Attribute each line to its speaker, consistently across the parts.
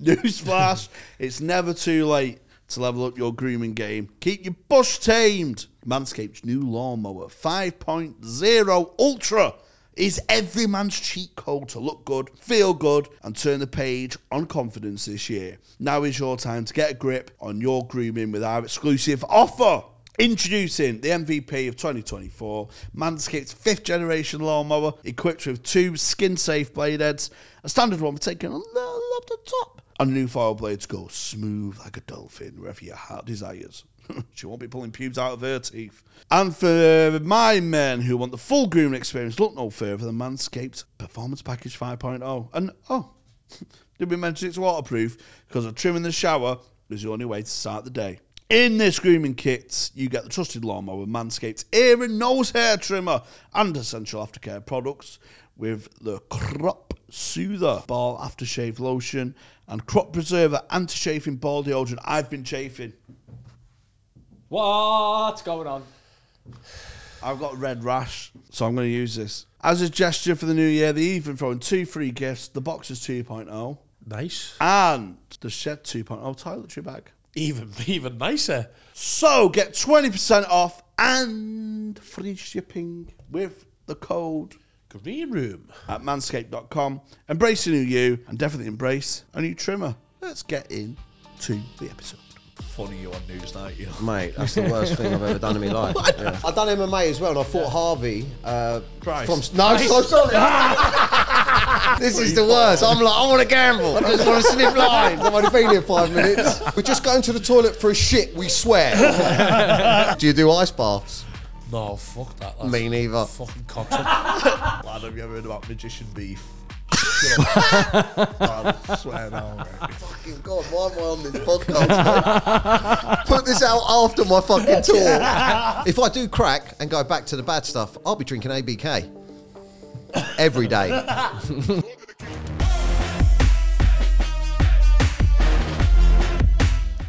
Speaker 1: Newsflash, it's never too late to level up your grooming game. Keep your bush tamed. Manscaped's new lawnmower 5.0 Ultra is every man's cheat code to look good, feel good, and turn the page on confidence this year. Now is your time to get a grip on your grooming with our exclusive offer. Introducing the MVP of 2024, Manscaped's fifth generation lawnmower, equipped with two skin safe blade heads, a standard one for taking a little up the top, and new file blades go smooth like a dolphin wherever your heart desires. she won't be pulling pubes out of her teeth. And for my men who want the full grooming experience, look no further than Manscaped Performance Package 5.0. And oh, did we mention it's waterproof? Because a trim in the shower is the only way to start the day. In this grooming kit, you get the trusted lawnmower, Manscaped's ear and nose hair trimmer, and essential aftercare products with the Crop Soother Ball Aftershave Lotion and Crop Preserver Anti Chafing Ball Deodorant. I've been chafing.
Speaker 2: What's going on?
Speaker 1: I've got a red rash, so I'm going to use this. As a gesture for the new year, they even throwing two free gifts the Boxers 2.0
Speaker 3: Nice.
Speaker 1: and the Shed 2.0 toiletry bag.
Speaker 3: Even even nicer.
Speaker 1: So get 20% off and free shipping with the code
Speaker 3: Green room.
Speaker 1: at manscaped.com. Embrace a new you and definitely embrace a new trimmer. Let's get in to the episode.
Speaker 3: Funny you on news night. You know.
Speaker 4: Mate, that's the worst thing I've ever done in my life. Yeah.
Speaker 5: I've done MMA as well, and I fought Harvey. Uh,
Speaker 1: Price.
Speaker 5: From no, I'm so sorry. this is the worst. I'm like, I want to gamble. I just want to sniff lines. I've only been here five minutes. We're just going to the toilet for a shit. We swear. do you do ice baths?
Speaker 3: No, fuck that. That's
Speaker 5: Me neither.
Speaker 3: Fucking cocksucker.
Speaker 1: Lad, have you ever heard about magician beef? I swear now,
Speaker 5: Fucking God, why am I on this podcast? mate? Put this out after my fucking tour. If I do crack and go back to the bad stuff, I'll be drinking ABK every day.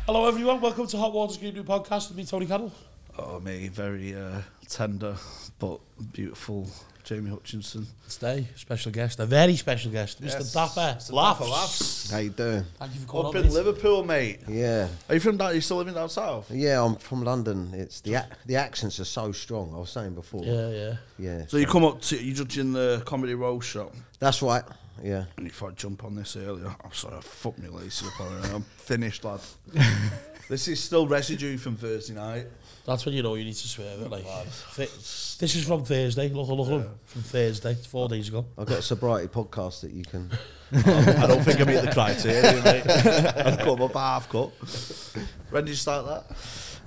Speaker 3: Hello, everyone. Welcome to Hot Water's Green Room podcast with me, Tony Caddle.
Speaker 1: Oh, me, very uh, tender but beautiful Jamie Hutchinson.
Speaker 3: Today, special guest, a very special guest, Mr. Dapper. Laughs.
Speaker 5: How you doing?
Speaker 3: Thank you for calling
Speaker 1: Up
Speaker 3: on,
Speaker 1: in
Speaker 3: mate.
Speaker 1: Liverpool, mate.
Speaker 5: Yeah.
Speaker 1: Are you from that? Are you still living down south?
Speaker 5: Yeah, I'm from London. It's the ac- the accents are so strong. I was saying before.
Speaker 3: Yeah, yeah.
Speaker 5: Yeah.
Speaker 1: So you come up to, you judge in the Comedy Row shop.
Speaker 5: That's right. Yeah.
Speaker 1: And if I jump on this earlier, I'm sorry, I fucked my laces up. already. I'm finished, lad. this is still residue from Thursday night.
Speaker 3: That's when you know you need to swear it. Like, th- this is from Thursday. Look, look, look. From Thursday. It's four days ago.
Speaker 5: I've got a sobriety podcast that you can.
Speaker 1: I don't think I meet the criteria, mate. I've come up half cut. When did you start that?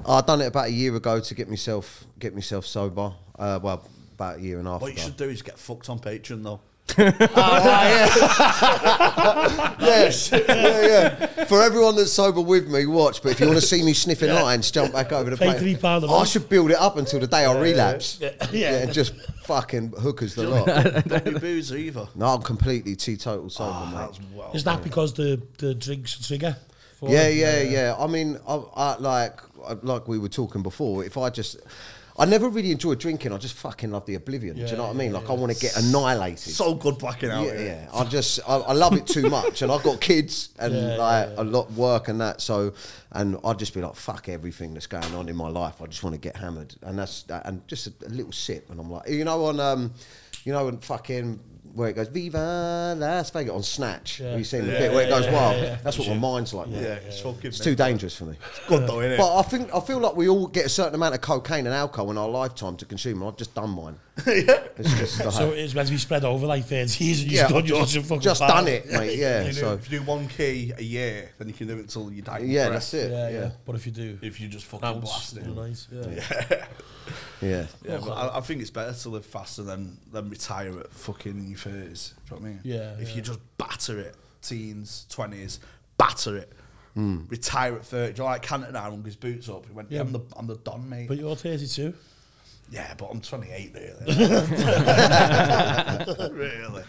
Speaker 5: I done it about a year ago to get myself get myself sober. Uh, well, about a year and a half.
Speaker 1: What you
Speaker 5: ago.
Speaker 1: should do is get fucked on Patreon, though.
Speaker 5: Yes. yeah, yeah. For everyone that's sober with me, watch. But if you want to see me sniffing lines, jump back over the
Speaker 3: Pay
Speaker 5: pa-
Speaker 3: three pound a
Speaker 5: I
Speaker 3: month.
Speaker 5: should build it up until the day I relapse.
Speaker 3: Yeah.
Speaker 5: Yeah, and just fucking hookers the lot.
Speaker 1: Don't be booze either. Ah,
Speaker 5: No, I'm completely teetotal sober, Oh, mate.
Speaker 1: well.
Speaker 3: Is that because the, the drink's a trigger? for
Speaker 5: Yeah,
Speaker 3: it?
Speaker 5: yeah, yeah. I mean, I, I like I- like we were talking before. If I just, I never really enjoy drinking. I just fucking love the oblivion. do you know what I mean? Like I want to get annihilated.
Speaker 1: So good blacking out.
Speaker 5: yeah, yeah. I just I, I love it too much, and I've got kids and
Speaker 3: Yeah,
Speaker 5: like a lot work and that. So, and I'd just be like, fuck everything that's going on in my life. I just want to get hammered, and that's and just a, a little sip, and I'm like, you know, on um, you know, on fucking where it goes, Viva Las Vegas on Snatch.
Speaker 3: Yeah.
Speaker 5: Have you seen the bit where it goes wild? That's what my mind's like.
Speaker 1: Yeah,
Speaker 5: now.
Speaker 1: it's fucking.
Speaker 5: It's too dangerous for me.
Speaker 1: good though, innit?
Speaker 5: But I think I feel like we all get a certain amount of cocaine and alcohol in our lifetime to consume, and I've just done mine. It's just like,
Speaker 3: So it's meant to be spread over like 30 years and you've
Speaker 5: Yeah,
Speaker 3: done
Speaker 5: I've
Speaker 3: yours in fucking
Speaker 5: just
Speaker 3: five.
Speaker 5: done it, mate. Yeah.
Speaker 1: you do,
Speaker 5: So
Speaker 1: if you do one key a year, then you can do it till you die.
Speaker 5: yeah,
Speaker 1: Correct.
Speaker 5: that's it.
Speaker 3: Yeah,
Speaker 5: Yeah,
Speaker 3: yeah, But if you do,
Speaker 1: If you just fucking
Speaker 3: bounce,
Speaker 1: blast it.
Speaker 3: you're nice. Yeah.
Speaker 5: yeah.
Speaker 1: Yeah, but I, I think it's better to live faster than than retire at fucking in your thirties. Do you know what I mean?
Speaker 3: Yeah,
Speaker 1: If you
Speaker 3: yeah.
Speaker 1: just batter it, teens, twenties, batter it. Retire at thirty. Do you know, like Canton now hung his boots up? He went, yeah.
Speaker 3: Yeah.
Speaker 1: I'm the I'm the don, mate.
Speaker 3: But you're 32.
Speaker 1: yeah, but I'm 28 really. really.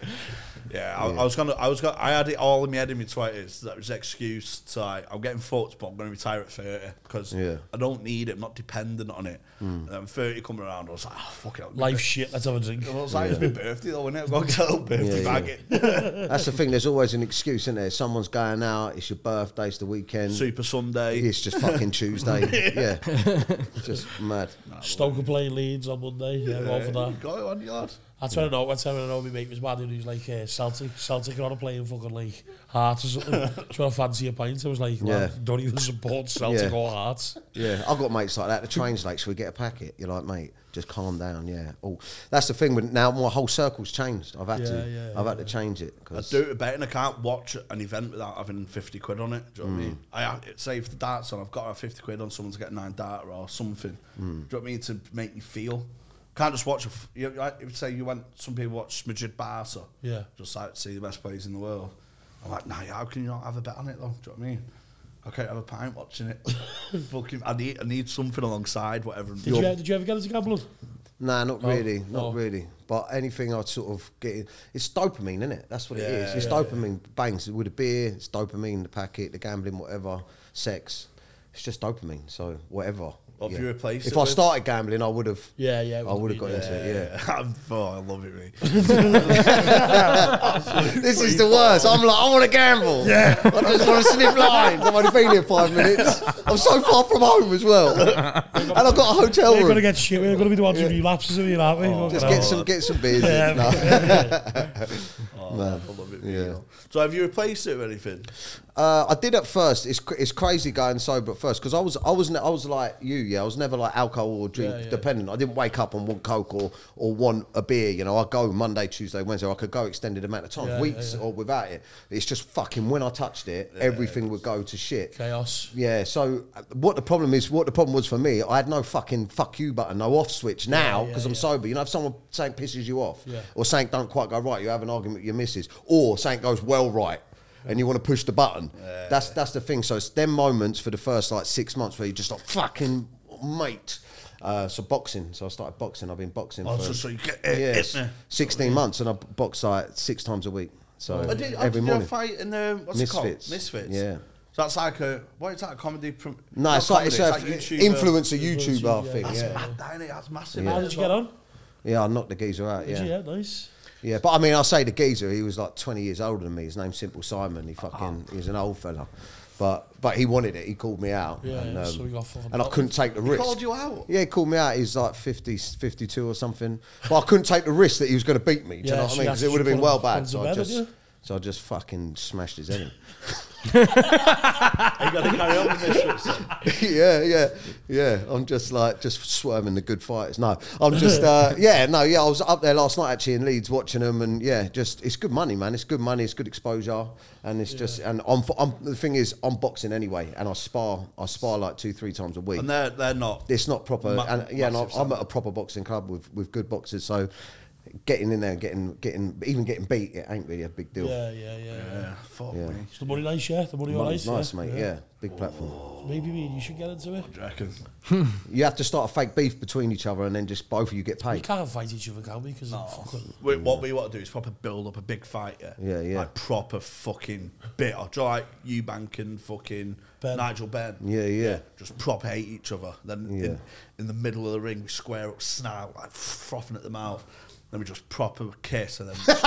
Speaker 1: Yeah, I, I was gonna, I was gonna, I had it all in my head in my twenties. That was excuse to like, I'm getting fucked, but I'm gonna retire at thirty because
Speaker 5: Yeah.
Speaker 1: I don't need it. I'm not dependent on it. And then thirty coming around, I was like, oh fuck it.
Speaker 3: Life shit, let's have a drink.
Speaker 1: I was like, it's my birthday though, innit? I've got to get a little birthday
Speaker 5: Yeah,
Speaker 1: bag
Speaker 5: That's the thing. There's always an excuse, isn't there? Someone's going out. It's your birthday. It's the weekend.
Speaker 1: in. Super Sunday.
Speaker 5: It's just fucking Tuesday. yeah. just mad.
Speaker 3: Stoke are playing Leeds on Monday. Yeah, I'm all for
Speaker 1: Yeah,
Speaker 3: that.
Speaker 1: you got it on your lad.
Speaker 3: That's when I know. That's when I know my mate was mad and he was like, uh, Celtic, Celtic are on a playing fucking like Hearts or something. Do you want to fancy a pint? I was like, yeah.
Speaker 5: Yeah.
Speaker 3: don't even support Celtic
Speaker 5: Yeah.
Speaker 3: or Hearts.
Speaker 5: Yeah, I've got mates like that. The train's late, should we get a packet? You're like, mate, just calm down. Yeah. Oh, that's the thing. With now, my whole circle's changed. I've had
Speaker 3: Yeah,
Speaker 5: to.
Speaker 3: yeah,
Speaker 5: I've had to change it.
Speaker 1: I
Speaker 5: 'cause-
Speaker 1: do it better and I can't watch an event without having 50 quid on it. Do you know
Speaker 5: Mm.
Speaker 1: what I mean? I have, say if the darts on, I've got to have 50 quid on someone to get nine data or something.
Speaker 5: Mm.
Speaker 1: Do you know what I mean? To make me feel. Can't just watch a. F- you know, like, if say you went, some people watch Madrid Barca.
Speaker 3: Yeah.
Speaker 1: Just like to see the best players in the world. I'm like, nah, how can you not have a bet on it though? Do you know what I mean? I can't have a pint watching it. Fucking, I need, I need something alongside whatever. I'm
Speaker 3: Did you,
Speaker 1: doing.
Speaker 3: did you ever get into gambling?
Speaker 5: Nah,
Speaker 3: Oh.
Speaker 5: not really, not
Speaker 3: no.
Speaker 5: really. But anything I'd sort of get, in, it's dopamine, isn't it? That's what it is.
Speaker 1: Yeah,
Speaker 5: It's
Speaker 1: yeah,
Speaker 5: dopamine bangs with the beer. It's dopamine, the packet, the gambling, whatever, sex. It's just dopamine. So whatever.
Speaker 1: Well, if you replace
Speaker 5: if
Speaker 1: it
Speaker 5: I
Speaker 1: with-
Speaker 5: started gambling, I would have.
Speaker 3: Yeah, yeah, it
Speaker 5: I would
Speaker 3: would've
Speaker 5: have got
Speaker 3: been-
Speaker 5: into it. Yeah.
Speaker 1: Uh, I'm, oh, I love it, mate.
Speaker 5: This is the worst. I'm like, I want to gamble. Yeah. I just want to sniff lines. I've only been here five minutes. I'm so far from home as well, and I've got a hotel
Speaker 3: We're Oh, going to
Speaker 5: room.
Speaker 3: get shit. We're going to be the ones who relapses of you, aren't we? Fucking
Speaker 5: Just
Speaker 3: hell.
Speaker 5: get some, get some beers.
Speaker 3: Yeah.
Speaker 5: in. No.
Speaker 1: Oh, I love it, mate.
Speaker 5: Yeah.
Speaker 1: So have you replaced it with anything?
Speaker 5: Uh, I did at first. It's cr- it's crazy going sober at first because I was I was ne- I was like you, yeah. I was never like alcohol or drink
Speaker 3: Yeah, yeah.
Speaker 5: dependent. I didn't wake up and want coke or or want a beer. You know, I go Monday, Tuesday, Wednesday. I could go extended amount of time,
Speaker 3: Yeah,
Speaker 5: weeks
Speaker 3: yeah, yeah.
Speaker 5: or without it. It's just fucking when I touched it, everything would go to shit.
Speaker 3: Chaos.
Speaker 5: Yeah. So uh, what the problem is? What the problem was for me? I had no fucking fuck you button, no off switch now
Speaker 3: yeah,
Speaker 5: because I'm
Speaker 3: yeah.
Speaker 5: sober. You know, if someone saying pisses you off,
Speaker 3: Yeah.
Speaker 5: or saying don't quite go right, you have an argument with your missus, or saying goes well right. And you want to push the button. That's that's the thing. So it's them moments for the first like six months where you're just like fucking mate. Uh, so boxing. So I started boxing. I've been boxing
Speaker 1: Oh,
Speaker 5: for
Speaker 1: so, so you get it,
Speaker 5: yes,
Speaker 1: it,
Speaker 5: sixteen months, and I box like six times a week. So
Speaker 1: I did, I
Speaker 5: every
Speaker 1: did
Speaker 5: morning.
Speaker 1: a fight in the what's
Speaker 5: Misfits.
Speaker 1: it called? Misfits.
Speaker 5: Yeah.
Speaker 1: So that's like a what is that a comedy? Prom-
Speaker 5: No,
Speaker 1: not
Speaker 5: it's like, it's
Speaker 1: comedy,
Speaker 5: a
Speaker 1: it's YouTuber.
Speaker 5: influencer YouTuber
Speaker 3: yeah.
Speaker 5: thing.
Speaker 1: That's
Speaker 5: Yeah.
Speaker 1: mad, that, innit? That's massive.
Speaker 3: How
Speaker 1: innit?
Speaker 3: did you get on?
Speaker 5: Yeah, I knocked the geezer out.
Speaker 3: Did
Speaker 5: Yeah.
Speaker 3: you? Yeah, nice.
Speaker 5: yeah, but I mean, I say the geezer. He was like 20 years older than me. His name's Simple Simon. He fucking,
Speaker 3: Ah.
Speaker 5: he's an old fella, but but he wanted it. He called me out,
Speaker 3: Yeah,
Speaker 5: and, um,
Speaker 3: yeah, so we got fucking
Speaker 5: and I couldn't take the risk.
Speaker 1: Called you out.
Speaker 5: Yeah, he called me out. He's like 50, 52 or something. But I couldn't take the risk that he was going to beat me.
Speaker 3: Yeah,
Speaker 5: Do you know what
Speaker 3: so
Speaker 5: I
Speaker 3: you
Speaker 5: mean?
Speaker 3: had
Speaker 5: Because
Speaker 3: to
Speaker 5: it would have been
Speaker 3: put
Speaker 5: well
Speaker 3: him- put him
Speaker 5: bad.
Speaker 3: to
Speaker 5: So I
Speaker 3: bed,
Speaker 5: just,
Speaker 3: didn't you?
Speaker 5: so I just fucking smashed his head in.
Speaker 1: Are you going to carry on with Misfits? then?
Speaker 5: yeah, yeah, yeah. I'm just like just swerving the good fighters. No, I'm just uh, yeah, no, yeah. I was up there last night actually in Leeds watching them, and yeah, just it's good money, man. It's good money. It's good exposure, and it's just and I'm, I'm the thing is I'm boxing anyway, and I spar I spar like two three times a week.
Speaker 1: And they're they're not.
Speaker 5: it's not proper,
Speaker 1: Ma-
Speaker 5: and yeah, and I'm,
Speaker 1: massive
Speaker 5: I'm at a proper boxing club with with good boxers, so. Getting in there, and getting, getting, even getting beat, it ain't really a big deal.
Speaker 3: Yeah, yeah, yeah. yeah.
Speaker 1: Yeah, fuck
Speaker 5: Yeah.
Speaker 1: me.
Speaker 3: Is the money nice, yeah? The money all right?
Speaker 5: Money's nice, mate. Yeah, big platform.
Speaker 3: Maybe me and you should get into it.
Speaker 1: Do you reckon?
Speaker 5: You have to start a fake beef between each other, and then just both of you get
Speaker 3: We
Speaker 5: paid.
Speaker 3: can't fight each other, can we? Because no. fucking...
Speaker 1: We, what we want to do is proper build up a big fight. Yeah,
Speaker 5: Mm. Yeah, yeah.
Speaker 1: Like proper fucking bitter. Do you know, like Eubank and fucking
Speaker 3: Ben.
Speaker 1: Nigel Ben.
Speaker 5: Yeah, yeah.
Speaker 1: Just proper hate each other. Then
Speaker 5: Yeah.
Speaker 1: in, in the middle of the ring, we square up, snarl, like frothing at the mouth. Then we just proper kiss, and then then,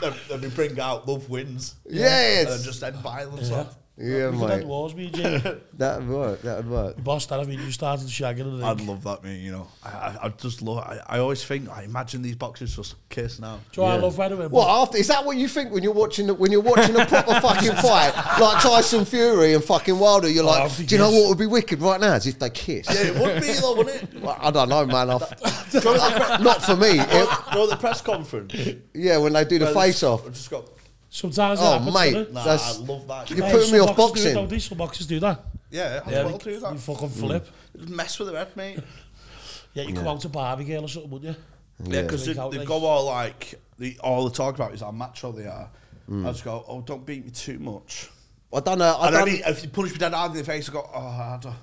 Speaker 1: then, then we bring out love wins.
Speaker 5: Yes.
Speaker 1: and then just end violence.
Speaker 3: Yeah.
Speaker 1: off.
Speaker 5: Yeah,
Speaker 3: we could end
Speaker 5: mate.
Speaker 3: wars, me and Jimmy.
Speaker 5: That'd work. That'd work.
Speaker 3: Boss, that I mean, you started shagging and
Speaker 1: I'd
Speaker 3: then...
Speaker 1: love that, mate. You know, I, I, I just love. I, I always think, I imagine these boxers just kiss now.
Speaker 3: Do you know what I love, by the way?
Speaker 5: What after? Is that what you think when you're watching the, when you're watching a proper fucking fight like Tyson Fury and fucking Wilder? You're
Speaker 3: Oh, I
Speaker 5: like,
Speaker 3: think
Speaker 5: do you know
Speaker 3: yes.
Speaker 5: what would be wicked right now? Is if they kiss.
Speaker 1: Yeah, it would be though, wouldn't it?
Speaker 5: Well, I don't know, man. I've,
Speaker 1: Do you know the,
Speaker 5: not for
Speaker 1: pre-
Speaker 5: me.
Speaker 1: do you
Speaker 5: It-
Speaker 1: know the press conference?
Speaker 5: yeah, when they do the face off.
Speaker 1: I've just got.
Speaker 3: Sometimes it
Speaker 5: Oh,
Speaker 3: happens,
Speaker 5: mate.
Speaker 3: doesn't it?
Speaker 1: Nah,
Speaker 5: That's-
Speaker 1: I love that.
Speaker 5: You
Speaker 1: Yeah,
Speaker 5: put- putting
Speaker 3: some
Speaker 5: me off
Speaker 3: boxers
Speaker 5: boxing.
Speaker 3: Do, it, don't they? Some boxers do that.
Speaker 1: yeah, I'll
Speaker 3: Yeah,
Speaker 1: well
Speaker 3: they-
Speaker 1: do that.
Speaker 3: they fucking
Speaker 5: Hmm.
Speaker 3: flip.
Speaker 1: Mess with it, red, mate.
Speaker 3: Yeah, you come out to Barbie Girl or something, wouldn't you?
Speaker 1: Yeah, because
Speaker 3: Like
Speaker 1: they,
Speaker 3: out
Speaker 1: they
Speaker 3: like-
Speaker 1: go all like the all they talk about is how macho they are. I just go, oh, don't beat me too much.
Speaker 5: Mm. I don't know. I
Speaker 1: And then
Speaker 5: don't. e-
Speaker 1: he, if you punch me dead hard in the face, I go, oh, harder.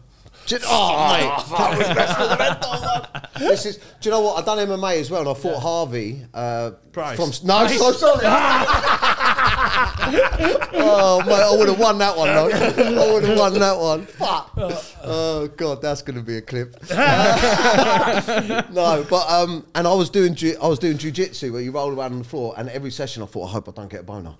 Speaker 5: Do you- oh, mate. this is. Do you know what? I done MMA as well, and I fought Harvey. Uh,
Speaker 1: Price.
Speaker 5: From no, I'm so sorry. oh mate, I would have won that one though. I would have won that one. Fuck.
Speaker 1: Uh.
Speaker 5: Oh god, that's gonna be a clip. no, but um, and I was doing ju- I was doing jujitsu where you roll around on the floor, and every session I thought, I hope I don't get a boner.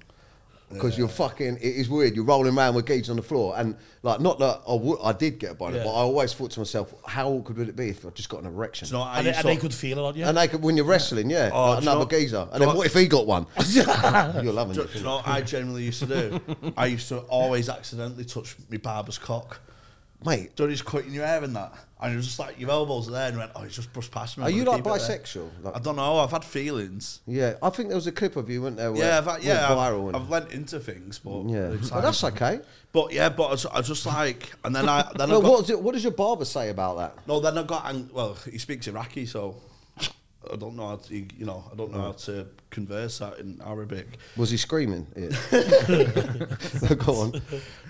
Speaker 5: Because you're fucking, it is weird. You're rolling around with geeks on the floor, and like, not that I would- I did get a boner,
Speaker 3: Yeah.
Speaker 5: but I always thought to myself, how awkward would it be if I just got an erection?
Speaker 1: Do you know what I
Speaker 3: And, they,
Speaker 1: used
Speaker 3: and
Speaker 1: to-
Speaker 3: they could feel it on you.
Speaker 5: And they could, when you're wrestling, yeah,
Speaker 1: Oh,
Speaker 5: like
Speaker 1: do you
Speaker 5: another
Speaker 1: know-
Speaker 5: geezer.
Speaker 1: do
Speaker 5: And
Speaker 1: you
Speaker 5: then
Speaker 1: know-
Speaker 5: what if he got one? you're loving
Speaker 1: Do,
Speaker 5: it.
Speaker 1: do you know what I generally used to do? I used to always accidentally touch my barber's cock.
Speaker 5: Mate,
Speaker 1: Do you know, he's cutting your hair and that? And it was just like, your elbows are there, and he went, oh, he's just brushed past me. I'm
Speaker 5: Are you,
Speaker 1: gonna
Speaker 5: like,
Speaker 1: keep it there."
Speaker 5: bisexual? Like-
Speaker 1: I don't know. I've had feelings.
Speaker 5: yeah, I think there was a clip of you, weren't there? Where,
Speaker 1: Yeah, I've had,
Speaker 5: went
Speaker 1: yeah,
Speaker 5: viral
Speaker 1: I've,
Speaker 5: and-
Speaker 1: I've lent into things, but
Speaker 5: yeah.
Speaker 1: it's
Speaker 5: Oh,
Speaker 1: like-
Speaker 5: that's okay.
Speaker 1: But yeah, but I was- I was just like, and then I then I
Speaker 5: But
Speaker 1: got,
Speaker 5: what, is it, what does your barber say about that?
Speaker 1: no, then I got ang- well, he speaks Iraqi, so I don't know how to, you know I don't know how to converse that in Arabic.
Speaker 5: Was he screaming? Yeah. Go on.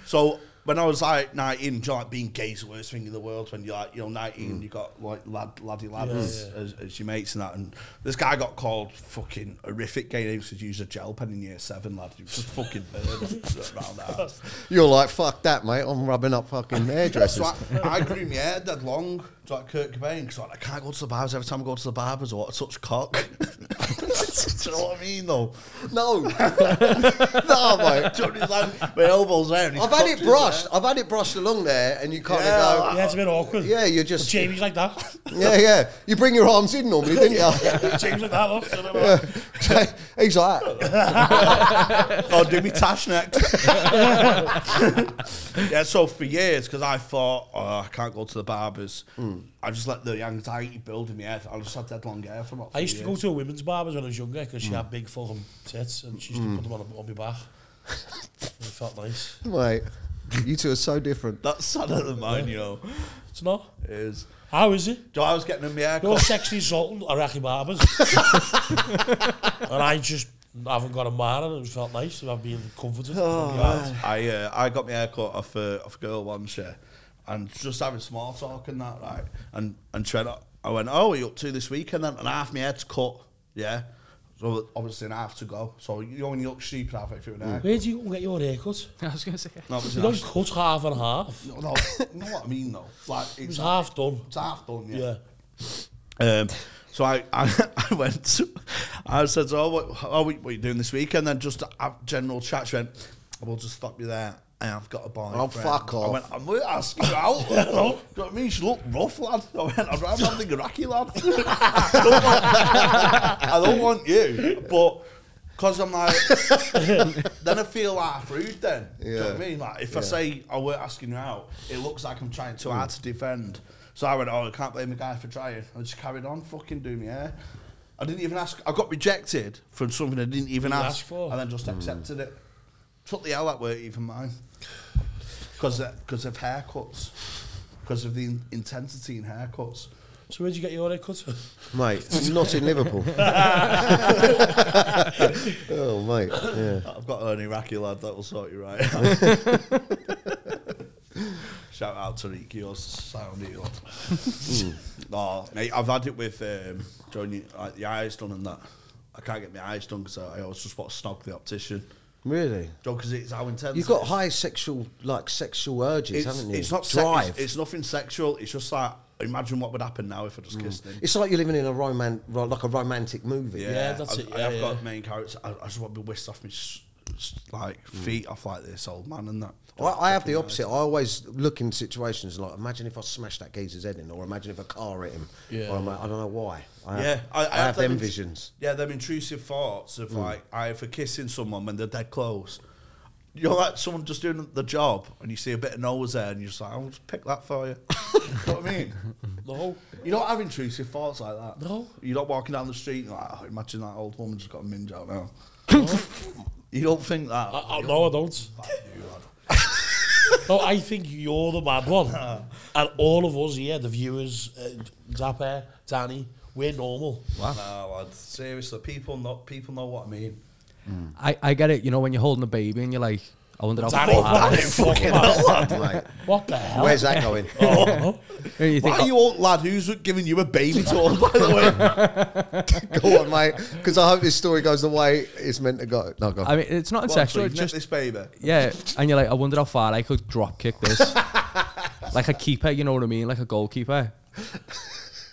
Speaker 1: So when I was like 19, do you know, like being gay's the worst thing in the world. When you're like, you know,
Speaker 5: Mm.
Speaker 1: 19, you got like lad, laddie lads
Speaker 3: Yeah, yeah.
Speaker 1: As, as your mates and that. And this guy got called fucking horrific gay names because he used a gel pen in year seven, lad. He was just fucking burned around the house.
Speaker 5: You're like, fuck that, mate. I'm rubbing up fucking hairdressers.
Speaker 1: So I, I grew my hair dead long, do like Kurt Cobain, because like, I can't go to the barbers every time I go to the barbers or I touch cock. do you know what I mean, though?
Speaker 5: no. no, mate.
Speaker 1: Do you know what I mean? Like, my elbow's there. And he's
Speaker 5: I've had
Speaker 1: cocked
Speaker 5: it
Speaker 1: his
Speaker 5: brushed.
Speaker 1: hair.
Speaker 5: I've had it brushed along there, and you kind
Speaker 1: Yeah,
Speaker 5: of
Speaker 3: yeah, it's a bit awkward.
Speaker 5: go, yeah, you're
Speaker 3: But
Speaker 5: just, yeah,
Speaker 3: Jamie's like that.
Speaker 5: yeah. You bring your arms in normally, didn't you?
Speaker 3: Jamie's like that. Look. Yeah.
Speaker 5: He's like, that.
Speaker 1: Oh, do me tash next. yeah, so for years, because I thought, oh, I can't go to the barbers,
Speaker 5: Hmm.
Speaker 1: I just let the anxiety build in my head. I just had dead long hair for not.
Speaker 3: I used to go to a women's barbers when I was younger because she had Dus big fucking tits and she used
Speaker 5: Hmm.
Speaker 3: to put them on, on my back. it felt nice.
Speaker 5: mate. You two are so different.
Speaker 1: That's sadder than mine, you know.
Speaker 3: It's not.
Speaker 1: Is
Speaker 3: How is it?
Speaker 1: do I was getting in my hair
Speaker 3: You're
Speaker 1: cut.
Speaker 3: sexually assaulting Iraqi barbers. and I just haven't got a man and it felt nice to have been comforted. Oh,
Speaker 1: I uh, I got my hair cut off a off a girl once, yeah, and just having small talk and that, right? And and she went, I went, oh, what are you up to this weekend? Then? And half my head's cut, yeah. So obviously, an half to go. So you only look stupid halfway through an hair.
Speaker 3: Where do you go and get your haircut?
Speaker 2: I was going to say.
Speaker 1: No, it was
Speaker 3: Mm. You
Speaker 1: an
Speaker 3: don't cut half and half.
Speaker 1: No, no, you know what I mean though. Like
Speaker 3: It
Speaker 1: it's,
Speaker 3: was half done.
Speaker 1: it's half done, yeah.
Speaker 3: Yeah.
Speaker 1: Um, so I, I, I went. To, I said, "Oh, what, oh, what are you doing this weekend?" Then just to have general chat. She went, "I will just stop you there. I have got a boyfriend."
Speaker 5: Oh, fuck
Speaker 1: I went,
Speaker 5: off.
Speaker 1: "I'm going to ask you out." you know what I mean? She looked rough, lad. I went, "I'd rather have the Iraqi lad. I, don't want, I don't want you, but." Cause I'm like, then I feel like rude. Then, do you know what I
Speaker 5: Yeah.
Speaker 1: mean? Like, if I say I weren't asking you out, it looks like I'm trying too hard to defend. So I went, oh, I can't blame the guy for trying. I just carried on, fucking do me hair. I didn't even ask. I got rejected from something I didn't even
Speaker 3: Didn't
Speaker 1: ask,
Speaker 3: ask for.
Speaker 1: and then
Speaker 5: Hmm.
Speaker 1: just accepted it. Took the hell that weren't even mine. Because of haircuts. Because of the in- intensity in haircuts.
Speaker 3: So where'd you get your haircut?
Speaker 5: Mate, not in Liverpool. oh, mate. Yeah.
Speaker 1: I've got an Iraqi lad that will sort you right Shout out to Rick, you're sounding good.
Speaker 5: Hmm.
Speaker 1: No, Oh, mate, I've had it with um, doing you- like the eyes done and that. I can't get my eyes done because I, I always just want to snog the optician.
Speaker 5: Really?
Speaker 1: Because it's how intense.
Speaker 5: You've
Speaker 1: it
Speaker 5: got
Speaker 1: is.
Speaker 5: high sexual, like sexual urges,
Speaker 1: It's,
Speaker 5: haven't you?
Speaker 1: it's not sex,
Speaker 5: drive.
Speaker 1: it's, it's nothing sexual. It's just like imagine what would happen now if I just kissed him.
Speaker 5: Hmm. It's like you're living in a roman, ro- like a romantic movie.
Speaker 3: Yeah, that's
Speaker 1: I,
Speaker 3: it,
Speaker 1: I have
Speaker 3: yeah, yeah.
Speaker 1: got main character. I, I just want to be whisked off my s- s- like
Speaker 5: Hmm.
Speaker 1: feet off like this old man and that.
Speaker 5: I, I have the opposite. I always look in situations like, imagine if I smashed that geezer's head in, or imagine if a car hit him.
Speaker 3: Yeah.
Speaker 5: Or I'm like, I don't know why. I
Speaker 1: Yeah,
Speaker 5: have, I, have, them
Speaker 1: int-
Speaker 5: visions. Hmm.
Speaker 1: Yeah, them intrusive thoughts of like either kissing someone when they're dead close. You're like someone just doing the job, and you see a bit of nose there, and you're just like, "I'll just pick that for you." you know what I mean?
Speaker 3: No.
Speaker 1: You don't have intrusive thoughts like that.
Speaker 3: No.
Speaker 1: You're not walking down the street and you're like, oh, imagine that old woman just got a minge out now. you don't think that.
Speaker 3: I, I, no, I don't. No, Nou, I think you're the mad one. and all of us here, the viewers, uh, Zappa, Danny, we're normal.
Speaker 1: No, lad. Seriously, people not people know what I mean.
Speaker 2: I, I get it, you know, when you're holding a baby and you're like, I wonder how
Speaker 3: Danny,
Speaker 2: far.
Speaker 3: Danny, fucking hell.
Speaker 5: Mate,
Speaker 3: What the hell?
Speaker 5: where's that going?
Speaker 3: Oh,
Speaker 2: Don't
Speaker 1: Why
Speaker 2: you think?
Speaker 1: are you old lad? Who's giving you a baby talk, by the way?
Speaker 5: go on, mate. Because I hope this story goes the way it's meant to go. No, go.
Speaker 2: I mean, it's not
Speaker 1: Actually,
Speaker 2: sexual. It's just
Speaker 1: this baby.
Speaker 2: yeah. And you're like, I wonder how far I could drop kick this, like a keeper. You know what I mean? Like a goalkeeper.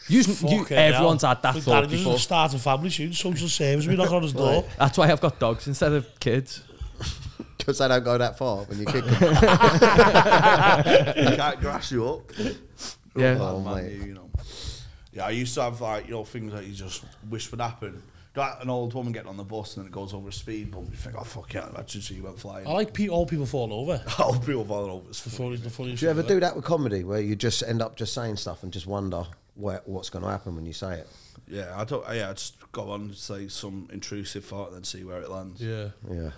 Speaker 2: You, you,
Speaker 3: fucking
Speaker 2: everyone's
Speaker 3: hell.
Speaker 2: had that
Speaker 3: Look,
Speaker 2: thought
Speaker 3: Danny doesn't
Speaker 2: before.
Speaker 3: start a family soon. Social service, we knock on his door.
Speaker 2: That's why I've got dogs instead of kids.
Speaker 5: Because they don't go that far when you kick them.
Speaker 1: can't grass you up.
Speaker 2: Yeah.
Speaker 5: Oh,
Speaker 1: Man,
Speaker 5: mate.
Speaker 1: you, you know. Yeah, I used to have like you know things that you just wish would happen. Like an old woman getting on the bus and then it goes over a speed bump. You think, oh fuck yeah, imagine she went flying.
Speaker 3: I like pe- old people fall over.
Speaker 1: I'll be all falling over. It's
Speaker 3: The
Speaker 1: fu-
Speaker 3: funniest, the funniest.
Speaker 5: Do you ever
Speaker 3: thing
Speaker 5: do that with comedy where you just end up just saying stuff and just wonder where, what's going to happen when you say it?
Speaker 1: Yeah, I don't. Yeah, I just go on and say some intrusive thought and then see where it lands.
Speaker 3: Yeah.
Speaker 5: Yeah.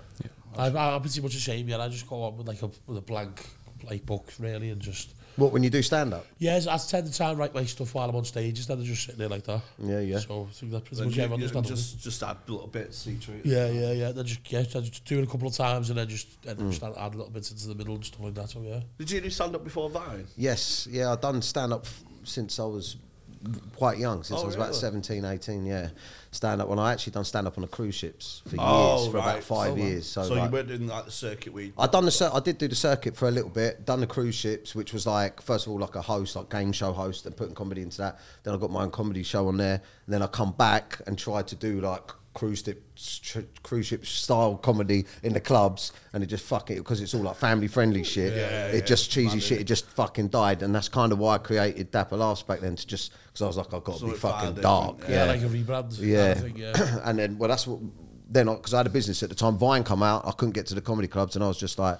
Speaker 3: I, I, I'm pretty much the same, yeah. I just go on with like a, with a blank like book, really, and just...
Speaker 5: What when you do stand up?
Speaker 3: Yes, I tend to try and write my stuff while I'm on stage instead of just sitting there like that.
Speaker 5: Yeah, yeah.
Speaker 3: So I think that's pretty
Speaker 1: Then
Speaker 3: much
Speaker 1: you,
Speaker 3: everyone
Speaker 1: you
Speaker 3: does that. doesn't
Speaker 1: just just add little bits to each.
Speaker 3: it? Yeah, yeah, yeah. Then just, yeah, so I just do it a couple of times and then just, and
Speaker 5: Mm.
Speaker 3: just add, add little bits into the middle and stuff like that, so yeah.
Speaker 1: Did you do stand up before Vine?
Speaker 5: Yes. Yeah. I've done stand up f- since I was quite young, since
Speaker 1: Oh,
Speaker 5: I was about
Speaker 1: really?
Speaker 5: 17, 18, Yeah. Stand up. When I actually done stand up on the cruise ships for years,
Speaker 1: Oh,
Speaker 5: for about five years. So,
Speaker 1: so
Speaker 5: like,
Speaker 1: you weren't doing like the circuit week.
Speaker 5: I done the cir- I did do the circuit for a little bit. Done the cruise ships, which was like first of all like a host, like game show host, and putting comedy into that. Then I got my own comedy show on there. And then I come back and tried to do like cruise ship tr- cruise ship style comedy in the clubs, and it just fuck it because it's all like family friendly shit.
Speaker 1: Yeah,
Speaker 5: it
Speaker 1: yeah,
Speaker 5: just cheesy
Speaker 1: man,
Speaker 5: shit. It just fucking died, and that's kind of why I created Dapper Laughs back then to just because I was like I got to be
Speaker 1: Something far
Speaker 5: fucking dark.
Speaker 1: different,
Speaker 3: Yeah, like a rebrand.
Speaker 5: Yeah.
Speaker 3: kind of thing, yeah.
Speaker 5: and then well, that's what then because I had a business at the time. Vine come out, I couldn't get to the comedy clubs, and I was just like,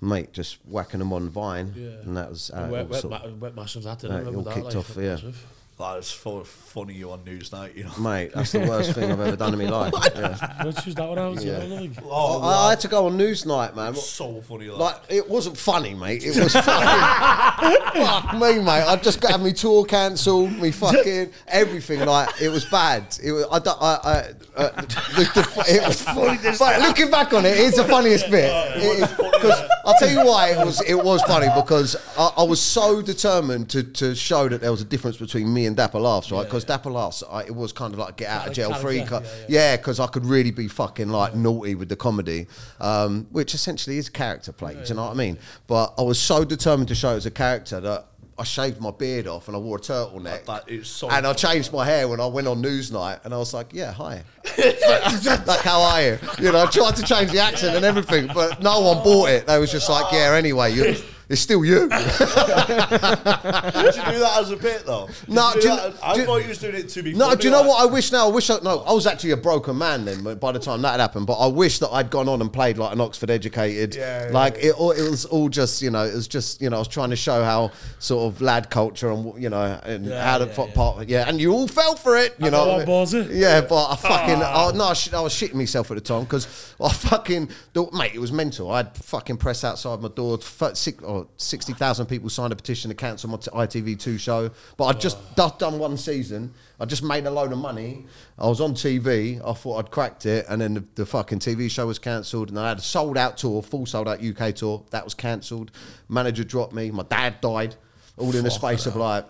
Speaker 5: mate, just whacking them on Vine,
Speaker 3: Yeah.
Speaker 5: and that was uh,
Speaker 3: It went,
Speaker 5: it was
Speaker 3: went,
Speaker 5: sort
Speaker 3: ma-
Speaker 5: of-
Speaker 3: it went massive that
Speaker 5: uh,
Speaker 3: didn't
Speaker 5: it
Speaker 3: remember
Speaker 5: all
Speaker 3: that,
Speaker 5: kicked
Speaker 3: like,
Speaker 5: off,
Speaker 3: went
Speaker 5: yeah.
Speaker 3: massive.
Speaker 1: Like, it's full of funny you on Newsnight, you know.
Speaker 5: mate. That's the worst thing I've ever done in my life. Yeah.
Speaker 3: Which is that one I was
Speaker 5: Yeah.
Speaker 3: doing, I think.
Speaker 1: Oh,
Speaker 5: I, I had to go on Newsnight, man.
Speaker 1: so funny. Like,
Speaker 5: Like it wasn't funny, mate. It was fucking fuck me, mate. I just got had my tour cancelled, me fucking everything. Like it was bad. It was. I. don't- I. I uh, the, the, fu- it was funny. But looking back on it, it's the funniest bit. Because I'll tell you why it was. It was funny because I, I was so determined to, to show that there was a difference between me and Dapper Laughs, right? Because Dapper Laughs, I, it was kind of like get out of
Speaker 3: Like
Speaker 5: jail free.
Speaker 3: character,
Speaker 5: ca-
Speaker 3: yeah, yeah.
Speaker 5: yeah, because I could really be fucking like naughty with the comedy, um, which essentially is character play. do you know what I mean? But I was so determined to show it as a character that I shaved my beard off and I wore a turtleneck.
Speaker 1: That is so
Speaker 5: and I changed my hair when I went on Newsnight, and I was like, "Yeah, hi." like, how are you? You know, I tried to change the accent and everything, but no one bought it. They was just like, "Yeah, anyway, you." It's still you.
Speaker 1: did you do that as a bit though? Did
Speaker 5: No,
Speaker 1: you
Speaker 5: do
Speaker 1: do
Speaker 5: you-
Speaker 1: that as- I
Speaker 5: do you-
Speaker 1: thought you was doing it to be.
Speaker 5: No,
Speaker 1: funny,
Speaker 5: do you know
Speaker 1: like-
Speaker 5: what I wish now? I wish I, no, I was actually a broken man then but by the time that happened, but I wish that I'd gone on and played like an Oxford educated.
Speaker 1: Yeah, yeah,
Speaker 5: like It, all, it was all just, you know, it was just, you know, I was trying to show how sort of lad culture and, you know, and
Speaker 3: Yeah,
Speaker 5: how the
Speaker 3: yeah,
Speaker 5: fuck
Speaker 3: yeah.
Speaker 5: part, yeah, and you all fell for it, you
Speaker 3: And
Speaker 5: know.
Speaker 3: no
Speaker 5: what I
Speaker 3: one
Speaker 5: mean?
Speaker 3: bought it?
Speaker 5: Yeah, but I fucking, I, no, I, shit, I was shitting myself at the time because I fucking, the- mate, it was mental. I had fucking press outside my door, fu- six, or 60,000 people signed a petition to cancel my t- ITV2 show, but I'd just d- done one season. I just made a load of money. I was on TV. I thought I'd cracked it, and then the, the fucking TV show was cancelled. And I had a sold out tour, full sold out UK tour. That was cancelled. Manager dropped me. My dad died, all in the space of like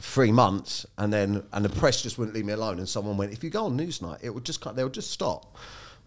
Speaker 5: three months. And then and the press just wouldn't leave me alone. And someone went, "If you go on Newsnight, it would just cut. They would just stop."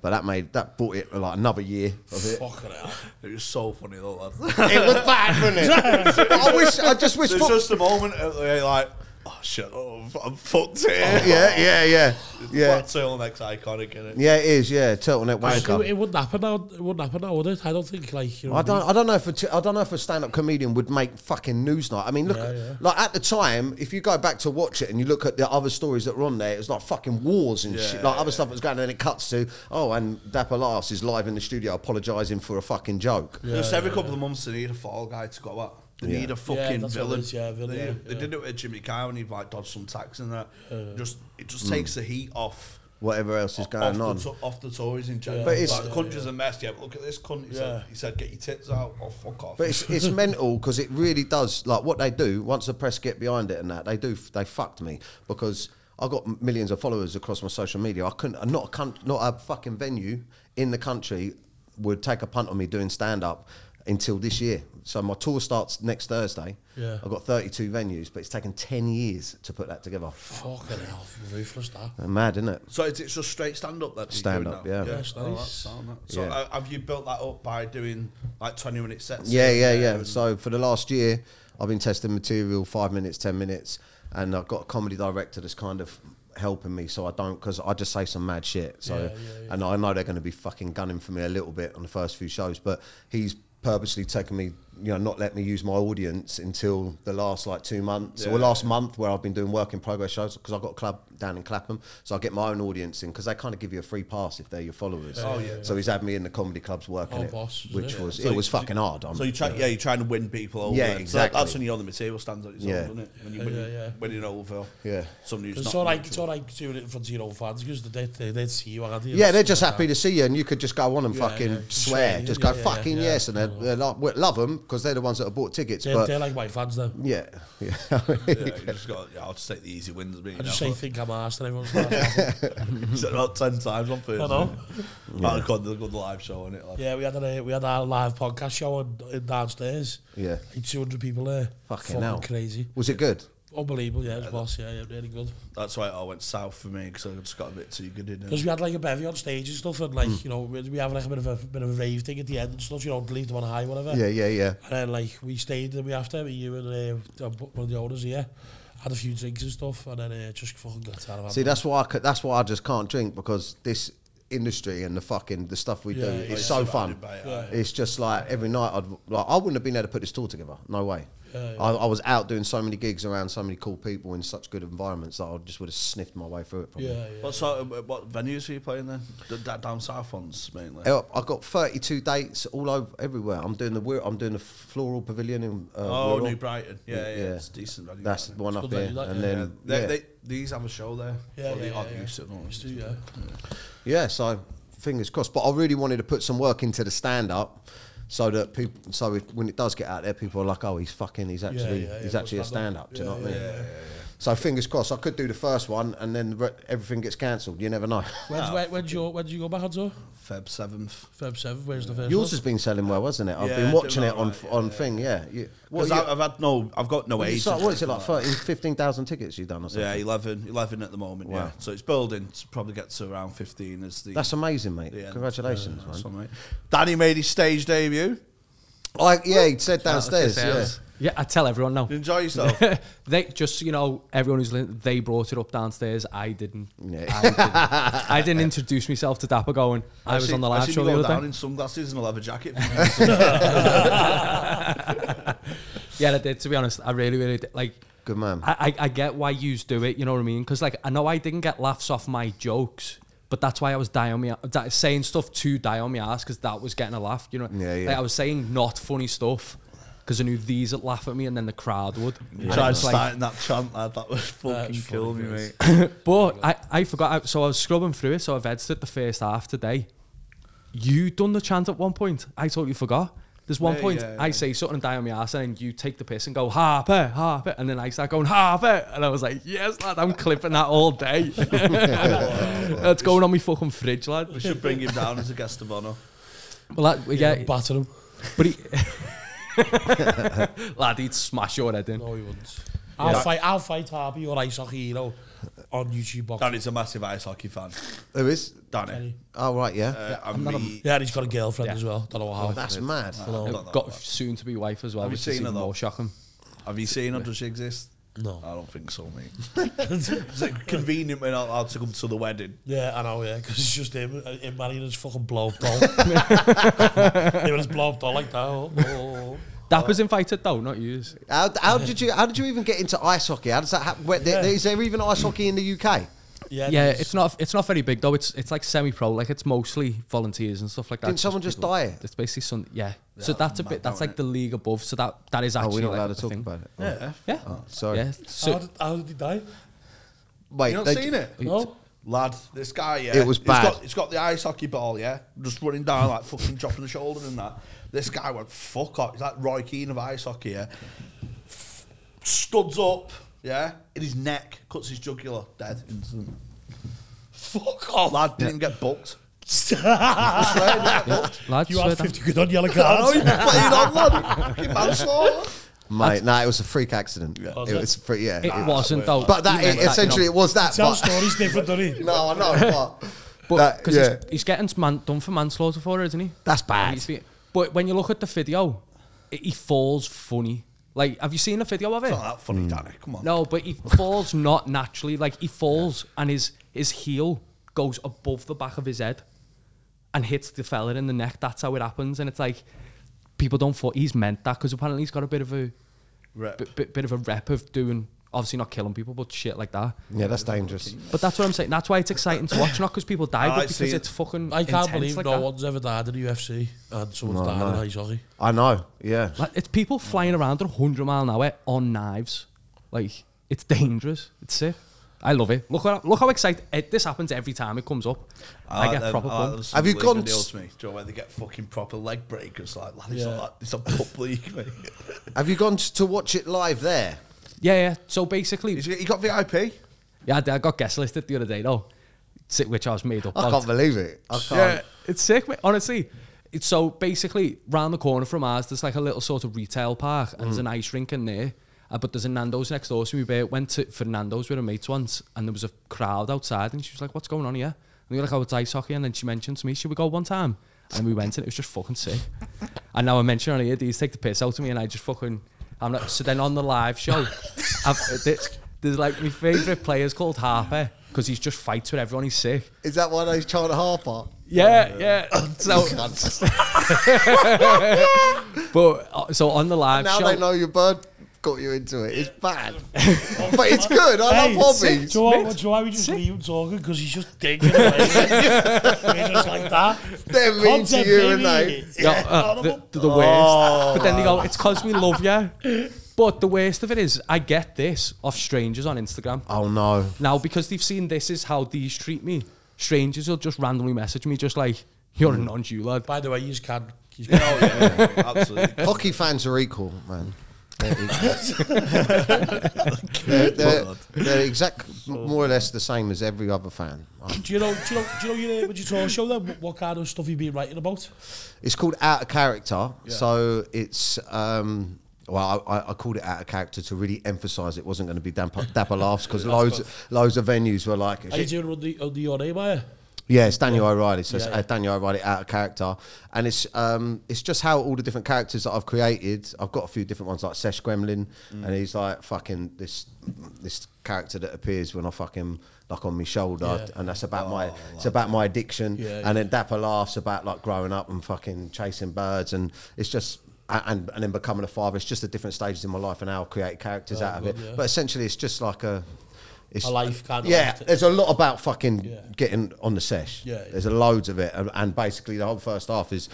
Speaker 5: But that made that bought it like another year of it.
Speaker 3: Fucking hell.
Speaker 1: It was so funny though. Lad.
Speaker 5: It was bad, wasn't it? I wish. I just wish.
Speaker 1: There's
Speaker 5: fo-
Speaker 1: just a moment of, uh, like, oh shit, oh, I'm- I'm fucked here.
Speaker 5: Oh, yeah, yeah, yeah, yeah.
Speaker 1: Flat turtleneck's iconic, innit?
Speaker 5: Yeah, it is. Yeah, turtleneck wanker.
Speaker 3: It, it wouldn't happen now. It wouldn't happen now, would it? I don't think, like, you know,
Speaker 5: I don't. I don't know if a t- I don't know if a stand-up comedian would make fucking news night. I mean, look,
Speaker 3: Yeah, yeah.
Speaker 5: like at the time, if you go back to watch it and you look at the other stories that were on there, it was like fucking wars and shit, like other stuff that was going. on And then it cuts to oh, and Dapper Laughs is live in the studio apologising for a fucking joke.
Speaker 1: Just every couple of months they need a fall guy to go at. They need a fucking
Speaker 3: that's what it
Speaker 1: villain.
Speaker 3: is, yeah, villain,
Speaker 1: They,
Speaker 3: yeah,
Speaker 1: they
Speaker 3: yeah.
Speaker 1: did it with Jimmy Carr when he like dodged some tax and that. just it just takes the heat off.
Speaker 5: Whatever else is
Speaker 1: off
Speaker 5: Mm. going on.
Speaker 1: the, to- off the Tories in general.
Speaker 5: But
Speaker 1: But
Speaker 5: it's-
Speaker 1: it's, like, the country's a mess. Yeah, but look at this cunt. He,
Speaker 3: Yeah.
Speaker 1: said, he said, "Get your tits out." Oh fuck off.
Speaker 5: But it's, it's mental because it really does. Like what they do once the press get behind it and that they do they fucked me because I got m- millions of followers across my social media. I couldn't not a cunt, not a fucking venue in the country would take a punt on me doing stand up until this year. So my tour starts next Thursday.
Speaker 3: Yeah.
Speaker 5: I've got 32 venues, but it's taken 10 years to put that together.
Speaker 3: Fucking hell, ruthless that.
Speaker 5: Mad, isn't it?
Speaker 1: So it's, it's just straight stand up that
Speaker 5: Stand up, yeah.
Speaker 3: That's
Speaker 1: Oh,
Speaker 3: nice.
Speaker 1: that's sound, that. So
Speaker 5: Yeah.
Speaker 1: uh, have you built that up by doing like twenty minute sets?
Speaker 5: Yeah,
Speaker 1: here
Speaker 5: yeah,
Speaker 1: and there
Speaker 5: yeah.
Speaker 1: and-
Speaker 5: So for the last year, I've been testing material five minutes, ten minutes, and I've got a comedy director that's kind of helping me, so I don't because I just say some mad shit. So
Speaker 3: Yeah, yeah, yeah.
Speaker 5: and I know they're going to be fucking gunning for me a little bit on the first few shows, but he's purposely taken me, you know, not let me use my audience until the last like two months or
Speaker 1: Yeah.
Speaker 5: last month where I've been doing work in progress shows because I've got a club down in Clapham, so I get my own audience in because they kind of give you a free pass if they're your followers.
Speaker 1: Oh, yeah.
Speaker 5: So he's had me in the comedy clubs working
Speaker 3: Oh,
Speaker 5: it,
Speaker 3: boss, is
Speaker 5: which
Speaker 3: it?
Speaker 5: was
Speaker 1: So
Speaker 5: it was
Speaker 1: you-
Speaker 5: fucking hard. I'm-
Speaker 1: So you try, yeah, you're trying to win people over.
Speaker 5: Yeah,
Speaker 1: So that-
Speaker 5: exactly.
Speaker 1: that's when you're on the material stands on its own,
Speaker 5: Yeah.
Speaker 1: isn't it? When you're
Speaker 3: Yeah,
Speaker 1: winning,
Speaker 3: yeah, yeah.
Speaker 1: winning over
Speaker 5: Yeah.
Speaker 1: somebody who's
Speaker 3: It's
Speaker 1: not.
Speaker 3: all right, it's
Speaker 1: neutral.
Speaker 3: all right doing it in front of your own fans because they, they, they'd see you. aren't they?
Speaker 5: Yeah, they're just happy to see you, and you could just go on and
Speaker 3: Yeah,
Speaker 5: fucking
Speaker 3: yeah.
Speaker 5: swear,
Speaker 3: Swear,
Speaker 5: just
Speaker 3: yeah,
Speaker 5: go
Speaker 3: yeah,
Speaker 5: fucking
Speaker 3: yeah.
Speaker 5: yes, and they're, they're like, we love them because they're the ones that have bought tickets.
Speaker 3: They're,
Speaker 5: but
Speaker 3: they're like my fans though.
Speaker 5: yeah, yeah,
Speaker 1: Yeah, you just got. Yeah, I'll just take the easy wins. I
Speaker 3: I just say think I'm arsed and everyone's like,
Speaker 1: said that ten times on Thursday.
Speaker 3: know.
Speaker 1: Oh god, the good live show on it. Like,
Speaker 3: yeah, we had a we had our live podcast show on, in downstairs.
Speaker 5: Yeah.
Speaker 3: Like 200 people there.
Speaker 5: Fucking hell.
Speaker 3: crazy.
Speaker 5: was it good?
Speaker 3: Unbelievable, yeah, it was boss, yeah, yeah, really good.
Speaker 1: That's why it all went south for me because I just got a bit too good in
Speaker 3: Because
Speaker 1: it.
Speaker 3: we had like a bevy on stage and stuff, and
Speaker 5: Hmm.
Speaker 3: like, you know, we, we have like a bit of a bit of a rave thing at the end and stuff, you know, leave them on high, whatever.
Speaker 5: Yeah, yeah, yeah.
Speaker 3: And then eh, like we stayed the we after me, you and uh, one of the owners here had a few drinks and stuff, and then uh, just fucking got out of hand.
Speaker 5: See, that's why I could, that's why I just can't drink because this industry and the fucking the stuff we do
Speaker 3: Yeah,
Speaker 5: is
Speaker 3: yeah.
Speaker 5: so fun.
Speaker 1: Surrounded by it, aye.
Speaker 5: It's just like every night I'd like I wouldn't have been able to put this tour together. No way. I, I was out doing so many gigs around so many cool people in such good environments that I just would have sniffed my way through it. Probably.
Speaker 3: yeah, yeah.
Speaker 1: What sort of, what venues were you playing then? The, that down south ones mainly.
Speaker 5: Yeah, Uh, I've got 32 dates all over everywhere. I'm doing the Wirral- I'm doing the floral pavilion in uh,
Speaker 1: oh,
Speaker 5: Wirral.
Speaker 1: New Brighton. Yeah, yeah,
Speaker 5: Yeah.
Speaker 1: it's decent. Venue,
Speaker 5: That's
Speaker 1: that.
Speaker 5: the one up
Speaker 3: good that
Speaker 5: here,
Speaker 3: you like
Speaker 5: and
Speaker 3: that,
Speaker 1: Yeah,
Speaker 5: then yeah,
Speaker 1: they, They, these have a show there.
Speaker 3: Yeah,
Speaker 1: Or they
Speaker 3: yeah,
Speaker 1: are
Speaker 3: yeah,
Speaker 1: used to, don't they?
Speaker 3: Used to, yeah.
Speaker 5: yeah, So fingers crossed. But I really wanted to put some work into the stand up, so that people, so if, when it does get out there, people are like, oh, he's fucking, he's actually,
Speaker 3: yeah,
Speaker 5: he's
Speaker 3: yeah,
Speaker 5: actually a stand
Speaker 3: stand-up.
Speaker 5: up. Do you know
Speaker 3: Yeah,
Speaker 5: what I mean? So fingers crossed. I could do the first one, and then the re- everything gets cancelled. You never know.
Speaker 3: When's,
Speaker 1: Ah,
Speaker 3: when, when's your, when do you go back on tour?
Speaker 1: Feb seventh.
Speaker 3: Feb 7, where's the first
Speaker 5: Yours
Speaker 3: one?
Speaker 5: has been selling well, hasn't it? I've
Speaker 1: Yeah,
Speaker 5: been
Speaker 1: doing
Speaker 5: watching it on
Speaker 1: alright, yeah,
Speaker 5: on
Speaker 1: yeah.
Speaker 5: thing. Yeah. You,
Speaker 1: Because
Speaker 5: what, you,
Speaker 1: I've had no, I've got no
Speaker 5: you
Speaker 1: age.
Speaker 5: start,
Speaker 1: and
Speaker 5: what is it
Speaker 1: stuff
Speaker 5: like?
Speaker 1: that.
Speaker 5: 13, 15,000 tickets you've done or something?
Speaker 1: Yeah, 11, 11 at the moment. Yeah,
Speaker 5: Wow.
Speaker 1: so it's building to probably get to around fifteen as the.
Speaker 5: That's amazing, mate.
Speaker 1: the end.
Speaker 5: Congratulations,
Speaker 1: Yeah,
Speaker 5: man.
Speaker 1: that's all right. Danny made his stage debut.
Speaker 5: Like, Oh, yeah, he said downstairs. Yeah.
Speaker 2: Yeah, I tell everyone now.
Speaker 1: Did you enjoy yourself?
Speaker 2: they just, you know, everyone who's listening, they brought it up downstairs. I didn't.
Speaker 5: Yeah.
Speaker 2: I didn't, I didn't introduce myself to Dapper going. I, was
Speaker 1: seen-
Speaker 2: on the
Speaker 1: I
Speaker 2: live
Speaker 1: seen
Speaker 2: show
Speaker 1: you go
Speaker 2: the
Speaker 1: down
Speaker 2: other day.
Speaker 1: in sunglasses and a leather jacket.
Speaker 2: Yeah, I did. To be honest, I really, really did. like.
Speaker 5: Good man.
Speaker 2: I, I, I get why yous do it. You know what I mean? Because like I know I didn't get laughs off my jokes, but that's why I was die on me di- saying stuff to die on my ass because that was getting a laugh. You know,
Speaker 5: Yeah, yeah.
Speaker 2: Like, I was saying not funny stuff because I knew these would laugh at me and then the crowd would. And it
Speaker 1: Tried
Speaker 2: was like-
Speaker 1: starting that chant, lad. That was fucking
Speaker 3: That's
Speaker 1: kill
Speaker 3: funny,
Speaker 1: me, mate.
Speaker 3: guys.
Speaker 2: But I, I forgot. I- So I was scrubbing through it. So I've edited the first half today. You done the chant at one point. I totally forgot. There's one
Speaker 1: Yeah,
Speaker 2: point
Speaker 1: yeah,
Speaker 2: I
Speaker 1: yeah.
Speaker 2: say something and die on my ass, and then you take the piss and go Harper, Harper, and then I start going Harper, and I was like, yes, lad, I'm clipping that all day. That's going on my fucking fridge, lad.
Speaker 1: We should bring him down as a guest of honour.
Speaker 2: Well, that, yeah,
Speaker 3: Yeah, batter him.
Speaker 2: but he, lad, he'd smash your head in.
Speaker 3: No, he wouldn't. I'll fight, I'll fight Harvey or Ice Hockey Hero on YouTube box.
Speaker 1: Danny's a massive ice hockey fan.
Speaker 5: Who is?
Speaker 1: Danny.
Speaker 5: Oh, right, yeah.
Speaker 1: Uh, and me.
Speaker 3: Yeah, and he's got a girlfriend as well. Don't know how.
Speaker 5: That's mad.
Speaker 1: I've done that
Speaker 2: Got
Speaker 1: one.
Speaker 2: soon to be wife as well.
Speaker 1: Have you
Speaker 2: which is
Speaker 1: seen her,
Speaker 2: even
Speaker 1: though?
Speaker 2: more shocking.
Speaker 1: Have you seen her? Does she exist?
Speaker 3: No.
Speaker 1: I don't think so, mate. Is it convenient when I had to come to the wedding?
Speaker 3: Yeah, I know, yeah, because it's just him, uh, him marrying his fucking blow doll. him and his blow doll like that. Oh, oh,
Speaker 2: Dapper's invited though, not yours.
Speaker 5: How, how did you? How did you even get into ice hockey? How does that happen? Where, there,
Speaker 3: Yeah.
Speaker 5: Is there even ice hockey in the UK?
Speaker 3: oh. Yeah,
Speaker 2: Yeah,
Speaker 3: he's-
Speaker 2: it's not it's not very big though. It's it's like semi-pro. Like it's mostly volunteers and stuff like that.
Speaker 5: Didn't someone just
Speaker 2: people-
Speaker 5: die?
Speaker 2: It's basically some yeah. so
Speaker 1: that's
Speaker 2: that's a
Speaker 1: mad,
Speaker 2: bit. That's
Speaker 1: don't
Speaker 2: like the league above. So that that is
Speaker 5: Oh,
Speaker 2: actually.
Speaker 5: we're not
Speaker 2: like,
Speaker 5: allowed
Speaker 2: a
Speaker 5: to talk
Speaker 2: thing.
Speaker 5: about it. Oh,
Speaker 1: Yeah.
Speaker 2: Yeah.
Speaker 5: sorry.
Speaker 2: Yeah. So
Speaker 3: how, did, how did he die?
Speaker 5: Wait,
Speaker 1: You not
Speaker 5: they-
Speaker 1: seen it?
Speaker 3: No?
Speaker 1: Lad, this guy, yeah.
Speaker 5: It was bad.
Speaker 1: He's got, he's got the ice hockey ball, yeah. Just running down, like fucking dropping the shoulder and that. This guy went, fuck off. He's like Roy Keane of ice hockey, yeah. F- Studs up, yeah, in his neck, cuts his jugular, dead. Instant.
Speaker 3: Fuck off.
Speaker 1: Lad didn't even get booked.
Speaker 2: Lads,
Speaker 3: you
Speaker 2: swear
Speaker 3: had
Speaker 2: down.
Speaker 3: 50 quid on yellow
Speaker 5: Oh,
Speaker 3: cards.
Speaker 1: playing on, lad. Fucking manslaughter.
Speaker 5: Mate, no, it was a freak accident.
Speaker 3: Was
Speaker 5: it
Speaker 3: it?
Speaker 5: was free, yeah.
Speaker 2: It wasn't though.
Speaker 5: But that
Speaker 2: He meant
Speaker 5: essentially
Speaker 2: you
Speaker 5: it was that.
Speaker 3: Tell
Speaker 5: But,
Speaker 3: stories different, doesn't he?
Speaker 5: no, I know, but,
Speaker 2: know. but
Speaker 5: that-
Speaker 2: because
Speaker 5: yeah.
Speaker 2: he's, he's getting man, done for manslaughter for it, isn't he?
Speaker 5: That's bad.
Speaker 2: He's be- but when you look at the video, i- he falls funny. Like, have you seen a video of it?
Speaker 1: Not that funny, Danny. Come on.
Speaker 2: No, but he falls not naturally. Like he falls and his his heel goes above the back of his head and hits the fella in the neck. That's how it happens, and it's like people don't thought he's meant that because apparently he's got a bit of a
Speaker 1: Rep.
Speaker 2: bit, bit, bit of a rep of doing obviously not killing people, but shit like that.
Speaker 5: yeah, that's dangerous.
Speaker 2: But that's what I'm saying. That's why it's exciting to watch, not because people die,
Speaker 1: I
Speaker 2: but
Speaker 1: see
Speaker 2: because
Speaker 1: it.
Speaker 2: it's fucking.
Speaker 3: I can't
Speaker 2: intense
Speaker 3: believe
Speaker 2: like
Speaker 3: no
Speaker 2: that.
Speaker 3: one's ever died in the UFC and someone's died in ice hockey.
Speaker 5: I know. Yeah.
Speaker 2: Like, it's people flying around at 100 mile an hour on knives. Like, it's dangerous. It's sick. I love it. Look, how- look how excited it, this happens every time it comes up. I,
Speaker 1: like
Speaker 2: get
Speaker 1: them-
Speaker 2: proper
Speaker 1: I like
Speaker 2: pumped.
Speaker 1: them
Speaker 5: Have you
Speaker 1: Super League
Speaker 5: gone
Speaker 1: videos
Speaker 5: s-
Speaker 1: to me? Do you know where they get fucking proper leg breakers? Like, lad, it's
Speaker 3: Yeah.
Speaker 1: not like it's a pub league, mate.
Speaker 5: Have you gone to watch it live there?
Speaker 2: yeah, yeah. So basically,
Speaker 1: He's- He got VIP.
Speaker 2: yeah, I did- I got guest listed the other day though, si- which I was made up.
Speaker 5: I
Speaker 2: of.
Speaker 5: can't believe it. I can't.
Speaker 2: Yeah, it's sick, mate. Honestly. It's so basically, round the corner from ours, there's like a little sort of retail park and there's an ice rink in there. Uh, but there's a Nando's next door to me. Where went to for Nando's with her mates once and there was a crowd outside and she was like, What's going on here? And we were like, Oh, it's ice hockey. And then she mentioned to me, Should we go one time? And we went and it was just fucking sick. and now I mention on here, these take the piss out of me and I just fucking. I'm not. So then on the live show, I've, there's, there's like my favourite player's called Harper because he's just fights with everyone. He's sick. Uh,
Speaker 5: Is that why they're trying to harp on?
Speaker 2: Yeah, yeah. So, but uh, so on the live
Speaker 5: Now
Speaker 2: show,
Speaker 5: they know your bird got you into it. It's bad. but it's good. I
Speaker 3: Hey,
Speaker 5: love
Speaker 3: sick.
Speaker 5: hobbies.
Speaker 3: Do you know what- do you know why we just leave him talking? Because he's just digging away. We're just like that.
Speaker 5: They're mean to
Speaker 3: Content,
Speaker 5: you and
Speaker 3: baby.
Speaker 5: they.
Speaker 2: yeah,
Speaker 3: Yeah,
Speaker 2: uh,
Speaker 3: horrible.
Speaker 2: the, the, the worst. but then they go, it's cause we love you. But the worst of it is, I get this off strangers on Instagram.
Speaker 5: Oh no.
Speaker 2: Now, because they've seen this is how these treat me, strangers will just randomly message me, just like, you're a
Speaker 5: Mm.
Speaker 2: non Jew lad.
Speaker 3: By the way, he's can. He's
Speaker 1: Oh, yeah, yeah, absolutely.
Speaker 5: Hockey fans are equal, man. They're equal. they're, they're, they're exact, more or less the same as every other fan. Um,
Speaker 3: Do you know? Do you know? Do you know? Your, uh, would you talk show them what, what kind of stuff you've been writing about?
Speaker 5: It's called Out of Character. So it's. Um, well, I- I, I called it out of character to really emphasise it wasn't going to be damper, dapper laughs because loads, loads of venues were like,
Speaker 3: Are you doing on the on the your name? Are you?
Speaker 5: Yeah, it's Daniel O'Reilly. So
Speaker 3: Yeah,
Speaker 5: it's
Speaker 3: yeah.
Speaker 5: uh, Daniel O'Reilly out of character, and it's um, it's just how all the different characters that I've created. I've got a few different ones like Sesh Gremlin,
Speaker 3: Mm.
Speaker 5: and he's like fucking this this character that appears when I fucking like on my shoulder,
Speaker 3: Yeah. Oh,
Speaker 5: and that's about my it's about my addiction.
Speaker 3: Yeah,
Speaker 5: and then Dapper laughs about like growing up and fucking chasing birds, and it's just. a- And, and then becoming a father, it's just the different stages in my life and how I create characters out of
Speaker 3: good,
Speaker 5: it.
Speaker 3: Oh, yeah.
Speaker 5: But essentially, it's just like a, it's
Speaker 3: A life kind of
Speaker 5: yeah,
Speaker 3: life.
Speaker 5: there's a lot about fucking
Speaker 3: Yeah.
Speaker 5: getting on the sesh.
Speaker 3: Yeah, yeah.
Speaker 5: There's a loads of it. And, and basically, the whole first half is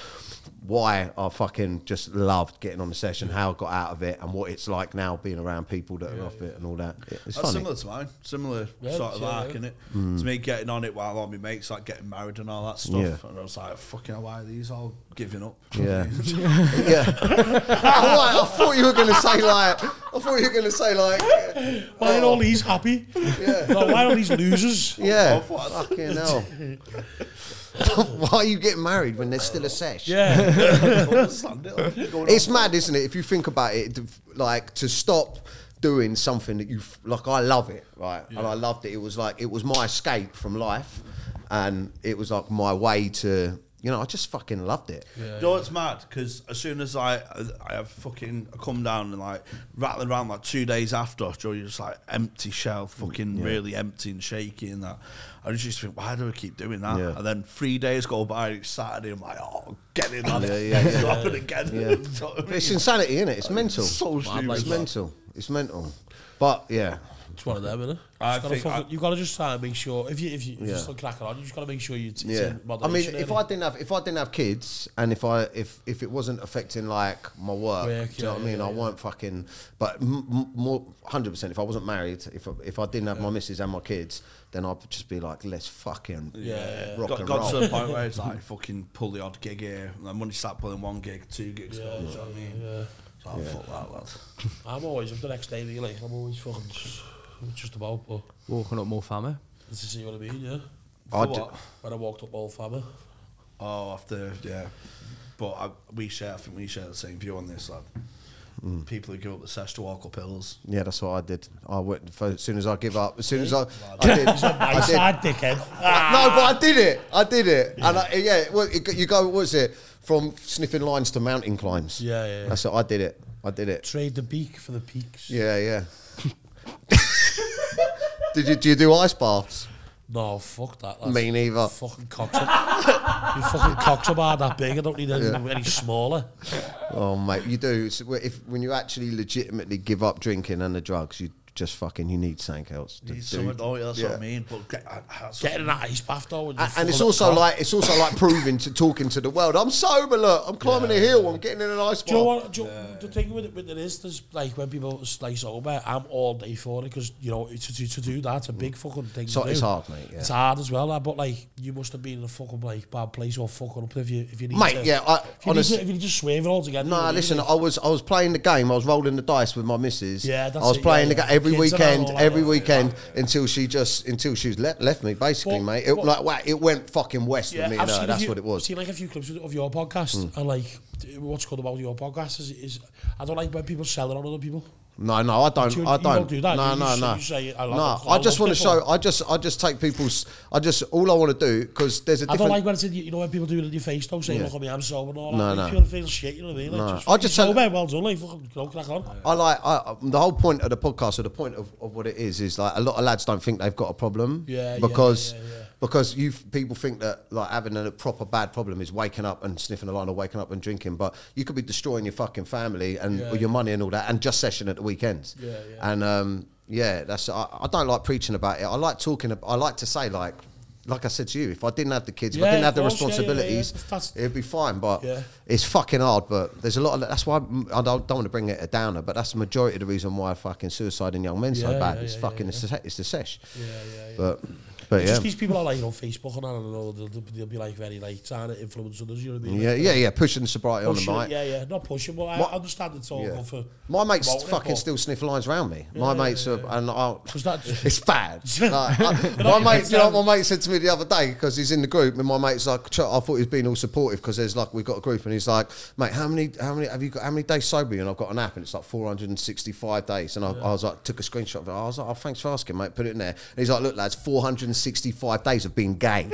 Speaker 5: why I fucking just loved getting on the sesh and how I got out of it and what it's like now being around people that are off it and all that. It- It's
Speaker 1: That's
Speaker 5: funny.
Speaker 1: similar to mine. Similar
Speaker 3: Yeah,
Speaker 1: sort of
Speaker 3: yeah,
Speaker 1: arc,
Speaker 3: yeah.
Speaker 1: in it? To me, getting on it while all my mates like getting married and all that stuff.
Speaker 5: Hmm. Yeah.
Speaker 1: And I was like, fucking, hell, why are these all giving up?
Speaker 5: Yeah. yeah. Oh, right, I thought you were going to say, like, I thought you were going to say, like,
Speaker 3: Why are
Speaker 5: Oh.
Speaker 3: all these happy? No, why are all these losers?
Speaker 5: yeah.
Speaker 1: Fuck off,
Speaker 5: Fucking hell. Why are you getting married when there's still a sesh?
Speaker 3: Yeah,
Speaker 1: I don't understand it. Like, going
Speaker 5: It's mad, isn't it? If you think about it, th- like to stop doing something that you f- like, I love it, right? And I loved it. It was like it was my escape from life, and it was like my way to, you know, I just fucking loved it.
Speaker 1: You know what's mad? Because as soon as I I have fucking I come down and like rattling around like two days after, Joe, you're just like empty shell, fucking really empty and shaky and that. I just think, why do I keep doing that?
Speaker 5: Yeah.
Speaker 1: And then three days go by, it's Saturday, I'm like, oh, get in on it,
Speaker 5: yeah,
Speaker 1: it's happening again.
Speaker 5: Yeah.
Speaker 1: Do you know what I
Speaker 5: But
Speaker 1: mean?
Speaker 5: it's insanity, isn't it? It's mental.
Speaker 1: so stupid.
Speaker 5: It's mental. It's mental. But yeah,
Speaker 3: it's one of them, isn't it?
Speaker 1: I think I-
Speaker 3: you got to just try and make sure if you if you
Speaker 5: Yeah.
Speaker 3: just like cracking on, you just got to make sure you. T-
Speaker 5: yeah. I mean, if I didn't have if I didn't have kids, and if I if if it wasn't affecting like my work,
Speaker 3: Work,
Speaker 5: do you know
Speaker 3: yeah,
Speaker 5: what I mean?
Speaker 3: yeah,
Speaker 5: I
Speaker 3: yeah.
Speaker 5: weren't fucking. But m- m- more hundred percent. If I wasn't married, if I, if I didn't have my missus and my kids, then I'd just be like, let's fucking
Speaker 3: Yeah.
Speaker 5: rock
Speaker 1: Got,
Speaker 5: and
Speaker 1: got to
Speaker 5: roll.
Speaker 1: the point where it's like fucking pull the odd gig here, and then when you start pulling one gig, two gigs, yeah, you know what I mean? So like, fuck that, lad.
Speaker 3: I'm always up the next day, really. I'm always fucking just, just about, but
Speaker 2: Walking up more fama.
Speaker 3: to see what I mean, yeah.
Speaker 5: I
Speaker 1: For
Speaker 5: d-
Speaker 1: what?
Speaker 3: When I walked up Old Faber.
Speaker 1: Oh, after yeah, but I, we share. I think we share the same view on this, lad.
Speaker 5: Hmm.
Speaker 1: People who give up the sesh to walk up hills.
Speaker 5: Yeah, that's what I did. I went for, as soon as I give up. As soon as I, I did,
Speaker 3: My
Speaker 5: I did.
Speaker 3: side, Ah, dickhead.
Speaker 5: No, but I did it. I did it. And I, yeah, well, it, you go. What's it? From sniffing lines to mountain climbs.
Speaker 3: Yeah, yeah.
Speaker 5: That's it. I did it. I did it.
Speaker 3: Trade the beak for the peaks.
Speaker 5: Yeah, yeah. did you do you do ice baths?
Speaker 3: No, fuck that. That's
Speaker 5: Me neither.
Speaker 3: Fucking cocks. you fucking cocks are bad that big. I don't need any, any smaller.
Speaker 5: Oh mate, you do. So wh- if when you actually legitimately give up drinking and the drugs, you just fucking you need something else. To
Speaker 1: Need
Speaker 5: do.
Speaker 1: someone- oh, yeah, that's what I
Speaker 5: Yeah.
Speaker 1: mean. But get, I, that's
Speaker 3: Getting an ice bath though.
Speaker 5: A- and it's also like it's also like proving to talking to the world. I'm sober. Look, I'm climbing a hill. I'm getting in an ice bath.
Speaker 3: Do you know what? Do you, The thing with it, with it is, there's like when people slice over, I'm all day for it because you know to, to, to do that's a big fucking thing.
Speaker 5: So
Speaker 3: to
Speaker 5: it's
Speaker 3: do.
Speaker 5: hard, mate, yeah.
Speaker 3: It's hard as well, lad, but like you must have been in a fucking like bad place or fucking up if you if you need
Speaker 5: Mate,
Speaker 3: to,
Speaker 5: yeah, I-
Speaker 3: if you, need
Speaker 5: honest-
Speaker 3: to, if you just swerve it all together.
Speaker 5: No,
Speaker 3: you need
Speaker 5: listen.
Speaker 3: it.
Speaker 5: I was I was playing the game. I was rolling the dice with my missus.
Speaker 3: Yeah, that's
Speaker 5: I was
Speaker 3: it,
Speaker 5: playing
Speaker 3: yeah,
Speaker 5: the
Speaker 3: yeah.
Speaker 5: game every
Speaker 3: Kids and
Speaker 5: weekend,
Speaker 3: all that,
Speaker 5: every
Speaker 3: yeah,
Speaker 5: weekend until she just until she le- left me. Basically,
Speaker 3: Well,
Speaker 5: mate, it,
Speaker 3: well-
Speaker 5: like wow, it went fucking west with me.
Speaker 3: I've
Speaker 5: and her,
Speaker 3: seen a
Speaker 5: that's
Speaker 3: few-
Speaker 5: what it was. Hmm.
Speaker 3: Seen like a few clips of your podcast, and like t- what's good about your podcast is, is I don't like when people sell it on other people.
Speaker 5: No, no, I don't.
Speaker 3: You- you
Speaker 5: I
Speaker 3: don't
Speaker 5: don't.
Speaker 3: do that.
Speaker 5: No,
Speaker 3: You
Speaker 5: no,
Speaker 3: just-
Speaker 5: no.
Speaker 3: you say, "I love
Speaker 5: no,
Speaker 3: it, I
Speaker 5: I just
Speaker 3: love
Speaker 5: want to
Speaker 3: it."
Speaker 5: show. I just, I just take people's. I just all I want to do because there's a
Speaker 3: I don't
Speaker 5: different.
Speaker 3: like when it's in, you know when people do it in your face though, saying
Speaker 5: Yeah.
Speaker 3: look at me, I'm sober and all
Speaker 5: No,
Speaker 3: that.
Speaker 5: no.
Speaker 3: It feels feel shit, you know what I mean? Like,
Speaker 5: No.
Speaker 3: just,
Speaker 5: I Oh, just
Speaker 3: you're
Speaker 5: said-
Speaker 3: sober, well done, like fucking go crack on.
Speaker 5: I like I, the whole point of the podcast or the point of, of what it is is like a lot of lads don't think they've got a problem.
Speaker 3: Yeah, yeah,
Speaker 5: Because
Speaker 3: yeah, yeah.
Speaker 5: because you f- people think that like having a proper bad problem is waking up and sniffing a line or waking up and drinking, but you could be destroying your fucking family and or your money and all that, and just session at the weekends.
Speaker 3: Yeah, yeah.
Speaker 5: And um, yeah, that's I, I don't like preaching about it. I like talking. ab- I like to say like. Like I said to you, if I didn't have the kids, if I
Speaker 3: Yeah,
Speaker 5: didn't have
Speaker 3: of
Speaker 5: the
Speaker 3: course, yeah, yeah, yeah.
Speaker 5: responsibilities,
Speaker 3: That's-
Speaker 5: it'd be fine. But
Speaker 3: Yeah.
Speaker 5: it's fucking hard, but there's a lot of that's why I'm- I don't, don't want to bring it a downer, but that's the majority of the reason why fucking suicide in young men so
Speaker 3: Yeah,
Speaker 5: bad.
Speaker 3: yeah,
Speaker 5: it's
Speaker 3: yeah,
Speaker 5: fucking it's, the, it's the sesh.
Speaker 3: Yeah, yeah, yeah.
Speaker 5: But but
Speaker 3: It's
Speaker 5: yeah.
Speaker 3: Just these people are like on Facebook and I don't know, they'll, they'll, they'll be like very like trying to influence others, you know what I mean?
Speaker 5: yeah, yeah, yeah, pushing the sobriety
Speaker 3: Pushing,
Speaker 5: on the mic.
Speaker 3: yeah, yeah, not pushing, but I
Speaker 5: My-
Speaker 3: understand it's all
Speaker 5: yeah.
Speaker 3: good for
Speaker 5: My mates fucking still sniff lines round me. my mates are, and I,
Speaker 3: Was that-
Speaker 5: it's bad. Like, I-
Speaker 3: not
Speaker 5: my
Speaker 3: your
Speaker 5: mate,
Speaker 3: mates,
Speaker 5: you know,
Speaker 3: um,
Speaker 5: what my mate said to me the other day because he's in the group, and my mate's like, "Chuck, I thought he was being all supportive because there's like we've got a group, and he's like, mate, how many, how many have you got? How many days sober? you?" And I've got an app, and it's like 465 days, and I, I was like, took a screenshot of it. I was like, oh, thanks for asking, mate. Put it in there, and he's like, look, lads, 465 days of being gay, and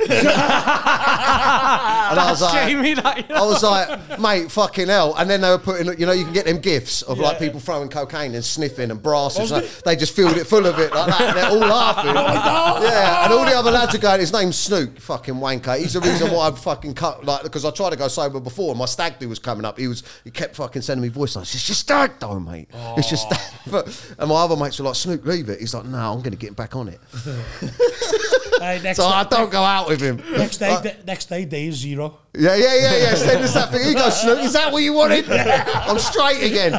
Speaker 5: I was like.
Speaker 2: Jamie, that,
Speaker 5: I was like, mate, fucking hell. And then they were putting, you know, you can get them gifts of like
Speaker 3: Yeah.
Speaker 5: people throwing cocaine and sniffing and brasses.
Speaker 3: Was
Speaker 5: Like,
Speaker 3: it?
Speaker 5: they just filled it full of it like that. And they're all laughing. yeah. And all the other lads are going, his name's Snook, fucking wanker. He's the reason why I'm fucking cut. Like, because I tried to go sober before and my stag do was coming up. He was, he kept fucking sending me voice notes. It's just stag though, mate. It's just stag. But, and my other mates were like, Snook, leave it. He's like, no, I'm going to get back on it.
Speaker 3: Hey, next,
Speaker 5: So I don't go out with him.
Speaker 3: next day, day, next day, day is zero.
Speaker 5: Yeah, yeah, yeah, yeah. Send us that thing. He goes, Snoop, is that what you wanted? I'm straight again.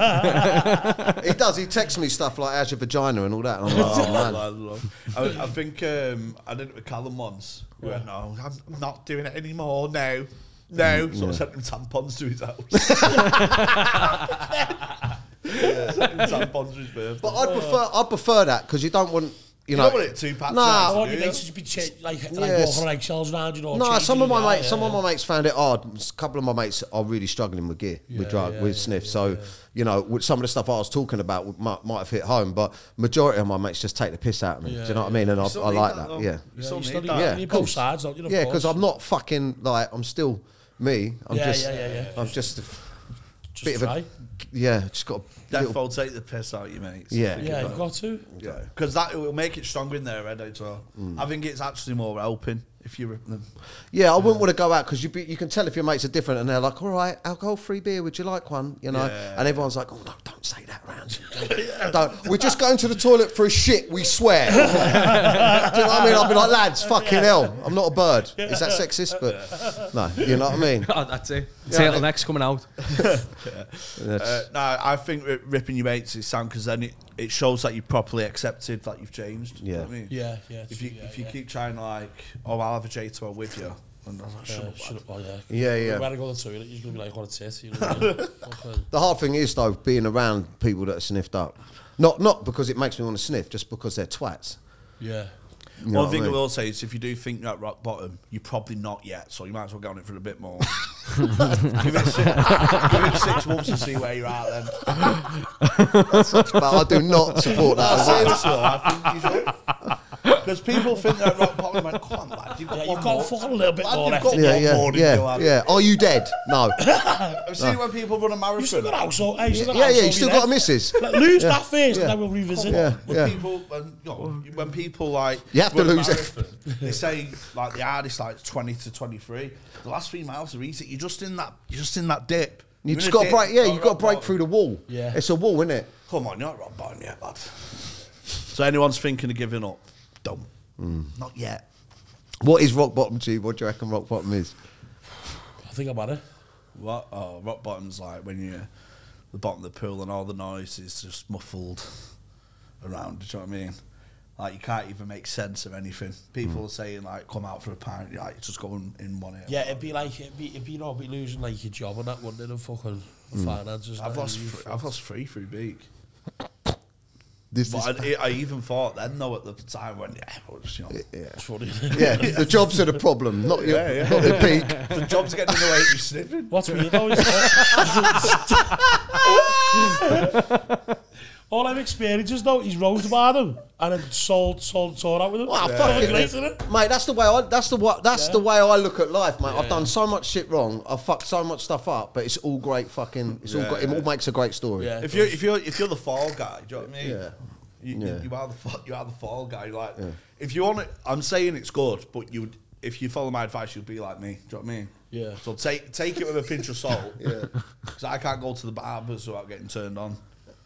Speaker 5: he does. He texts me stuff like, how's your vagina and all that. And I'm like, oh, man.
Speaker 1: I, love- I, I think um, I did it with Callum once. We went, no, I'm I'm not doing it anymore.
Speaker 5: Mm,
Speaker 1: No, no. So I sent him tampons to his house. yeah, sent him tampons for his birthday.
Speaker 5: But I'd prefer, I'd prefer that because you don't want, you know.
Speaker 1: don't want it two packs
Speaker 5: Nah,
Speaker 1: now.
Speaker 3: I want your
Speaker 1: Yeah.
Speaker 3: mates to be cha- like, like
Speaker 5: Yes.
Speaker 3: walking on eggshells around, you know.
Speaker 5: No,
Speaker 3: changing
Speaker 5: some of
Speaker 3: you,
Speaker 5: my
Speaker 3: yeah,
Speaker 5: mates,
Speaker 3: yeah,
Speaker 5: some
Speaker 3: yeah.
Speaker 5: of my mates found it hard. A couple of my mates are really struggling with gear, with drug, with sniff. so you know, with some of the stuff I was talking about would- might, might have hit home, but majority of my mates just take the piss out of me. do you know what I mean? And I,
Speaker 1: still
Speaker 5: I
Speaker 1: need
Speaker 5: like
Speaker 1: that,
Speaker 5: that.
Speaker 1: though.
Speaker 5: yeah.
Speaker 1: You
Speaker 3: Yeah,
Speaker 1: still
Speaker 3: you
Speaker 1: need
Speaker 3: still need
Speaker 1: that.
Speaker 5: Yeah,
Speaker 3: you need
Speaker 5: of
Speaker 3: both
Speaker 5: course.
Speaker 3: sides, don't you? Of
Speaker 5: Yeah,
Speaker 3: course.
Speaker 5: because I'm not fucking like I'm still me. I'm
Speaker 3: Yeah,
Speaker 5: just,
Speaker 3: yeah, yeah, yeah.
Speaker 5: I'm just,
Speaker 3: Just
Speaker 5: bit of a-
Speaker 3: try.
Speaker 5: yeah, just got a
Speaker 1: Defo
Speaker 5: little,
Speaker 1: will take the piss out of you, mate.
Speaker 5: Yeah.
Speaker 3: Yeah, you've got to.
Speaker 1: Because that will make it stronger in their head as well.
Speaker 5: Mm.
Speaker 1: I think it's actually more helping if you rip them.
Speaker 5: yeah. I wouldn't want to go out because you be, you can tell if your mates are different and they're like, all right, alcohol free beer. Would you like one? You know,
Speaker 1: Yeah.
Speaker 5: and everyone's like, oh no, don't say that round. don't. We're just going to the toilet for a shit. We swear. Do you know what I mean? I'll be like, lads, fucking hell, I'm not a bird. Is that sexist? But no, you know what I mean.
Speaker 2: oh, that's it.
Speaker 5: Yeah,
Speaker 2: Turtle
Speaker 5: I-
Speaker 2: neck's coming out.
Speaker 1: Uh, no, I think ri- ripping your mates is sound because then it, it shows that you've properly accepted that you've changed. You know
Speaker 5: Yeah.
Speaker 1: what I mean?
Speaker 3: Yeah, yeah.
Speaker 1: If you
Speaker 3: yeah,
Speaker 1: if you
Speaker 3: yeah.
Speaker 1: keep trying like, oh, I'll have a J12 with you, and I'm like, shut
Speaker 3: Yeah,
Speaker 1: up,
Speaker 3: Eh, shut
Speaker 1: lad.
Speaker 3: up, oh, well, yeah.
Speaker 5: Yeah, yeah.
Speaker 3: When I go to the toilet, you're going to be like, what a tit. You know what I mean? Fucking-
Speaker 5: The hard thing is though being around people that are sniffed up. Not not because it makes me want to sniff, just because they're twats.
Speaker 3: yeah.
Speaker 5: know
Speaker 1: One
Speaker 5: what I
Speaker 1: thing I
Speaker 5: mean?
Speaker 1: will say is if you do think you're at rock bottom, you're probably not yet, so you might as well get on it for a bit more. give, it six, give it six months and see where you're at then.
Speaker 5: but I do not support that.
Speaker 1: No,
Speaker 5: as well.
Speaker 1: seriously, I think you should. Because people think they're at rock bottom, like, come on, lad, you've got
Speaker 3: Yeah,
Speaker 1: one
Speaker 3: you've
Speaker 1: more.
Speaker 3: got fucking a little bit
Speaker 1: Lad,
Speaker 3: more
Speaker 1: you've
Speaker 3: left.
Speaker 1: got
Speaker 5: Yeah,
Speaker 1: one
Speaker 5: yeah,
Speaker 1: more in you,
Speaker 5: yeah,
Speaker 1: lad.
Speaker 5: yeah. Are you dead? No.
Speaker 1: I've seen when people run a
Speaker 3: You've still got
Speaker 1: marathon.
Speaker 3: a house, oh, hey, you've still got a
Speaker 5: Yeah,
Speaker 3: house
Speaker 5: yeah.
Speaker 3: over
Speaker 5: You still
Speaker 3: your
Speaker 5: got a
Speaker 3: head.
Speaker 5: missus.
Speaker 3: Let- Lose that first,
Speaker 5: Yeah.
Speaker 3: and then we'll revisit.
Speaker 5: Yeah,
Speaker 1: When
Speaker 5: yeah.
Speaker 1: people, when, you know, when people like
Speaker 5: You have to
Speaker 1: run a
Speaker 5: lose it.
Speaker 1: marathon, They say like the hardest like twenty to twenty three. The last three miles are easy. You're just in that. You're just in that dip.
Speaker 5: You
Speaker 1: You're
Speaker 5: just
Speaker 1: in a
Speaker 5: got to
Speaker 1: dip,
Speaker 5: break. Yeah,
Speaker 1: not
Speaker 5: you got to
Speaker 1: rock
Speaker 5: break
Speaker 1: bottom.
Speaker 5: through the wall.
Speaker 3: Yeah.
Speaker 5: it's a wall, isn't it?
Speaker 1: Come on, you're not rock bottom yet, lad. So anyone's thinking of giving up, dumb.
Speaker 5: Hmm.
Speaker 1: Not yet.
Speaker 5: What is rock bottom to you? What do you reckon rock bottom is?
Speaker 3: I think I'm at it.
Speaker 1: What? Oh, rock bottom's like when you're at the bottom of the pool and all the noise is just muffled around. Do you know what I mean? Like you can't even make sense of anything. People are saying like, "Come out for a pint." You're like just going in one ear.
Speaker 3: Hmm. Yeah, it'd be like it'd be it'd be you know, it'd be losing like your job and that wouldn't it and fucking finances.
Speaker 1: I've
Speaker 3: and
Speaker 1: lost.
Speaker 3: you
Speaker 1: Three,
Speaker 3: fuck-
Speaker 1: I've lost three through beak.
Speaker 5: This is,
Speaker 1: But I, I even thought then, though, at the time when yeah, well, just, you know,
Speaker 3: It's funny.
Speaker 5: yeah, the jobs are the problem, not your, not the peak.
Speaker 1: the job's getting in the way. You're sniffing.
Speaker 3: What's weird though is that- all I've experienced is nou though he's rose about him and then sold sold tore out with him.
Speaker 5: Well, I
Speaker 3: Fucking
Speaker 5: Ah, fucking-
Speaker 3: great, isn't it?
Speaker 5: Mate, that's the way I. That's the what. That's
Speaker 3: Yeah.
Speaker 5: the way I look at life, mate. I've done so much shit wrong. I fucked so much stuff up, but it's all great. Fucking, it's all.
Speaker 1: Yeah.
Speaker 5: Great, it all makes a great story.
Speaker 3: Yeah.
Speaker 1: If you're if you're if you're the fall guy, do you know what I mean?
Speaker 5: Yeah.
Speaker 1: You,
Speaker 5: Yeah.
Speaker 1: You, you are the fa- you are the fall guy. Like if you want it, I'm saying it's good, but you would if you follow my advice, you'd be like me. Do you know what I mean?
Speaker 3: Yeah.
Speaker 1: So take take it with a pinch of salt. yeah. Because I can't go to the barbers without getting turned on.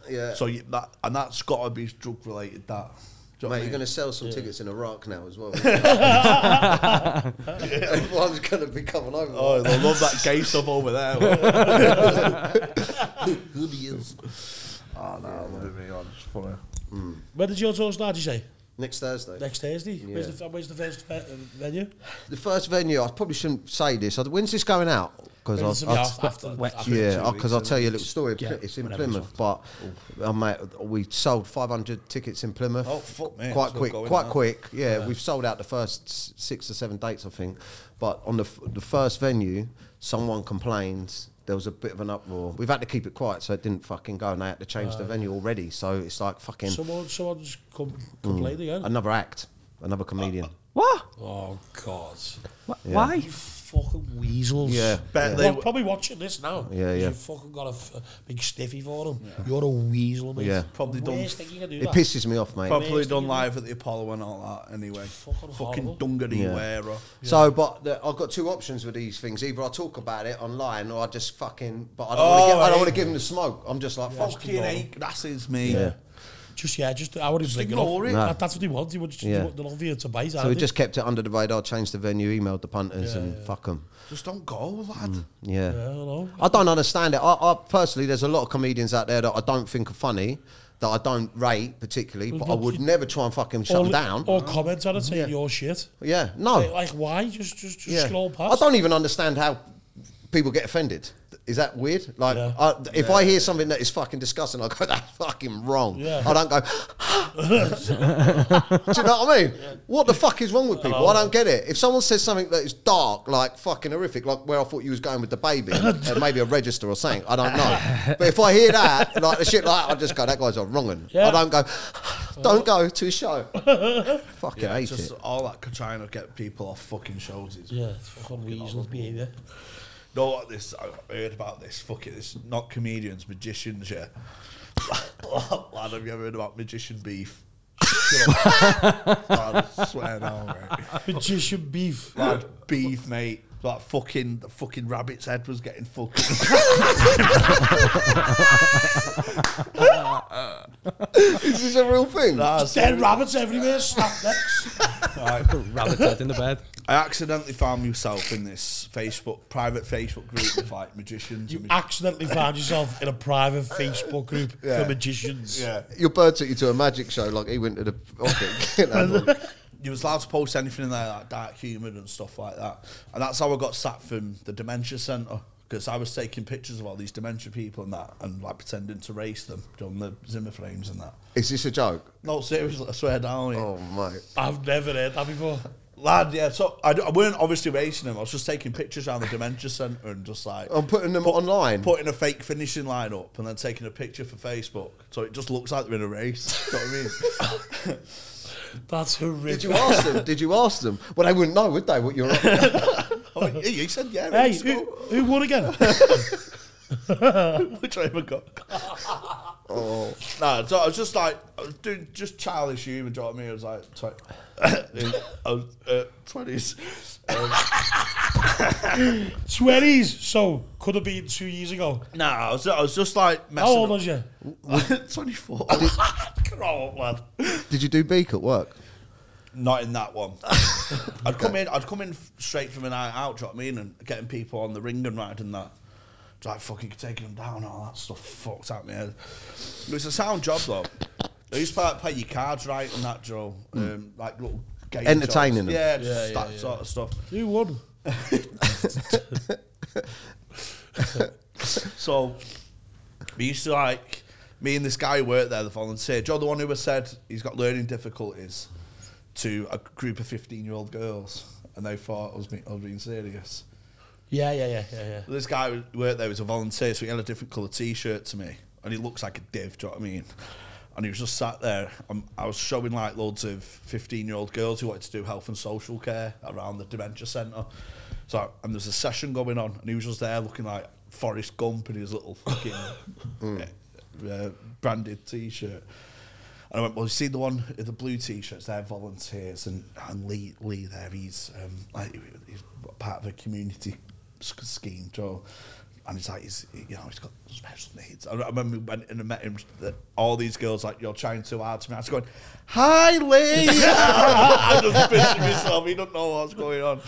Speaker 5: Yeah.
Speaker 1: So you, that and that's got to be drug related. That. Do you know what I
Speaker 5: Mate,
Speaker 1: mean?
Speaker 5: you're going to sell some tickets in Iraq now as well. Everyone's going to be coming over.
Speaker 1: Oh, they love that gay stuff over there. Who he is. Oh, no, I love it, man. It's funny.
Speaker 3: When did your tour start? You say
Speaker 5: Next Thursday.
Speaker 3: next Thursday. Where's, the, where's the first ve- uh, venue?
Speaker 5: The first venue, I probably shouldn't say this. I- When's this going out? Because
Speaker 3: It's
Speaker 5: I've,
Speaker 3: gonna be
Speaker 5: I've,
Speaker 3: after, after,
Speaker 2: wet-
Speaker 3: after
Speaker 5: Yeah,
Speaker 1: two weeks,
Speaker 5: because I'll tell
Speaker 1: isn't
Speaker 5: you a
Speaker 1: it?
Speaker 5: little story.
Speaker 3: Yeah,
Speaker 5: it's in
Speaker 3: whenever it's
Speaker 5: Plymouth, but uh, mate, we sold 500 tickets in Plymouth.
Speaker 1: Oh, fuck me,
Speaker 5: Quite
Speaker 1: it's all
Speaker 5: quick,
Speaker 1: going
Speaker 5: quite
Speaker 1: now.
Speaker 5: quick. Yeah, we've sold out the first s- six or seven dates, I think. But on the f- the first venue, someone complained. There was a bit of an uproar. We've had to keep it quiet, so it didn't fucking go, and they had to change
Speaker 1: Uh,
Speaker 5: the venue already. So it's like fucking
Speaker 3: Someone someone's com-
Speaker 5: Hmm.
Speaker 3: complained again.
Speaker 5: another act, another comedian.
Speaker 1: Uh,
Speaker 2: What?
Speaker 3: oh God!
Speaker 2: Wh- Why?
Speaker 3: You fucking weasels.
Speaker 5: Yeah.
Speaker 1: Bet
Speaker 3: They're
Speaker 1: they
Speaker 3: wa- probably watching this now.
Speaker 5: Yeah,
Speaker 3: 'cause
Speaker 5: yeah.
Speaker 3: You fucking got a f- big stiffy for them. You're a weasel, mate.
Speaker 5: Yeah.
Speaker 1: Probably done
Speaker 3: Worst thing you can do
Speaker 5: It
Speaker 3: that.
Speaker 5: pisses me off, mate.
Speaker 1: probably
Speaker 3: Amazing,
Speaker 1: done
Speaker 3: isn't
Speaker 1: live at the Apollo and all that anyway.
Speaker 3: Fucking
Speaker 1: Fucking
Speaker 3: horrible.
Speaker 1: dungaree
Speaker 5: Yeah.
Speaker 1: wearer.
Speaker 5: So, but the, I've got two options with these things. Either I talk about it online, or I just fucking. But I don't
Speaker 1: Oh,
Speaker 5: want to get. I
Speaker 1: right.
Speaker 3: eh.
Speaker 5: don't want to give them the smoke. I'm just like fuck
Speaker 1: Fucking
Speaker 5: you.
Speaker 1: ache. That is me.
Speaker 3: Just yeah, just I wouldn't bring it
Speaker 1: ignore
Speaker 3: up.
Speaker 1: it.
Speaker 5: No.
Speaker 3: That, that's what he wants. He wants
Speaker 5: Yeah.
Speaker 3: yeah. the love here to buy.
Speaker 5: So we just kept it under the radar, changed the venue, emailed the punters,
Speaker 3: Yeah,
Speaker 5: and
Speaker 3: yeah.
Speaker 5: fuck them.
Speaker 1: Just don't go, lad.
Speaker 5: Yeah.
Speaker 3: Yeah, I know.
Speaker 5: I don't understand it. I, I personally, there's a lot of comedians out there that I don't think are funny, that I don't rate particularly, but I
Speaker 3: but
Speaker 5: would
Speaker 3: you-
Speaker 5: never try and fucking shut them down.
Speaker 3: Or comment on it saying your shit.
Speaker 5: yeah, no.
Speaker 3: Like, like why? Just just just
Speaker 5: yeah.
Speaker 3: scroll past.
Speaker 5: I don't even understand how people get offended. Is that weird? Like,
Speaker 3: Yeah.
Speaker 5: I, if I hear something that is fucking disgusting, I go, that's fucking wrong.
Speaker 3: Yeah.
Speaker 5: I don't go, do you know what I mean? What the fuck is wrong with people? I don't get it. If someone says something that is dark, like fucking horrific, like where I thought you was going with the baby, uh, maybe a register or something, I don't know. but if I hear that, like the shit like that, I just go, that guy's a wrong one.
Speaker 3: Yeah.
Speaker 5: I don't go, don't go to a show. fucking
Speaker 1: Yeah,
Speaker 5: hate
Speaker 1: just
Speaker 5: it.
Speaker 1: all that c- trying to get people off fucking shows is.
Speaker 3: Yeah, it's fucking weasel behaviour.
Speaker 1: Know what this? I heard about this. Fuck it. It's not comedians, magicians. Yeah. lad, have you ever heard about magician beef? Shut up. lad, I swear now, right?
Speaker 3: Magician beef.
Speaker 1: Lad, beef, mate. Like fucking the fucking rabbit's head was getting fucking.
Speaker 5: Is this a real thing?
Speaker 1: That's
Speaker 3: Dead rabbits everywhere. Snap necks.
Speaker 2: Rabbit dead in the bed.
Speaker 1: I accidentally found myself in this Facebook private Facebook group with like magicians.
Speaker 3: You
Speaker 1: and magi-
Speaker 3: accidentally find yourself in a private Facebook group for magicians.
Speaker 1: yeah,
Speaker 5: Your bird took you to a magic show, like he went to the. Okay, get that one.
Speaker 1: you was allowed to post anything in there like dark humour and stuff like that, and that's how I got sacked from the dementia centre because I was taking pictures of all these dementia people and that, and like pretending to race them on the Zimmer frames and that.
Speaker 5: Is this a joke?
Speaker 1: No, seriously, I swear down here.
Speaker 5: Oh, mate.
Speaker 3: I've never heard that before.
Speaker 1: Lad, yeah, so I, d- I weren't obviously racing him. I was just taking pictures around the dementia centre and just like
Speaker 5: I'm putting them online.
Speaker 1: putting a fake finishing line up and then taking a picture for Facebook. So it just looks like they're in a race. you know what I mean?
Speaker 3: That's
Speaker 5: Did
Speaker 3: horrific.
Speaker 5: you ask them? Did you ask them? Well, they wouldn't know, would they? What you're up to?
Speaker 1: I went, yeah, you said yeah.
Speaker 3: Hey,
Speaker 1: it's
Speaker 3: who,
Speaker 1: cool."
Speaker 3: who won again?
Speaker 1: Which I ever got. No, so I was just like, I was doing just childish humour, do you know what I mean? I was like, tw- I was, uh, 20s. Um,
Speaker 3: Twenties. So could have been two years ago.
Speaker 1: no, I was, I was just like
Speaker 3: How
Speaker 1: messing
Speaker 3: old
Speaker 1: up.
Speaker 3: was you?
Speaker 1: 24.
Speaker 3: Grow up, lad.
Speaker 5: Did you do beak at work?
Speaker 1: Not in that one. I'd come in. I'd come in f- straight from a night out. Do you know what I mean? And getting people on the ring and ride and that. It's Like fucking taking them down. All that stuff fucked out my head. It was a sound job though. They used to like, play your cards right and that, Joe. Um, like little game
Speaker 5: Hmm.
Speaker 1: jobs.
Speaker 5: Entertaining them.
Speaker 1: Yeah, just that sort of stuff.
Speaker 3: Who won?
Speaker 1: So we used to like me and this guy who worked there, the volunteer, Joe, the one who was said he's got learning difficulties to a group of fifteen-year-old girls, and they thought I was being, I was being serious.
Speaker 3: Yeah, yeah, yeah, yeah, yeah.
Speaker 1: This guy who worked there was a volunteer, so he had a different colour T-shirt to me, and he looks like a div. Do you know what I mean? And he was just sat there. Um, I was showing like loads of fifteen-year-old girls who wanted to do health and social care around the dementia centre. So and there's a session going on, and he was just there looking like Forrest Gump in his little fucking uh, uh, branded T-shirt. And I went, well, you see the one, with the blue t-shirts, they're volunteers. And, and Lee, Lee there, he's, um, like, he's part of a community s- scheme, Joe. And he's like, he's, you know, he's got special needs. I remember we went in and met him, that all these girls, like, you're trying too hard to me. I was going, hi, Lee. I'm just pissing myself. He don't know what's going on.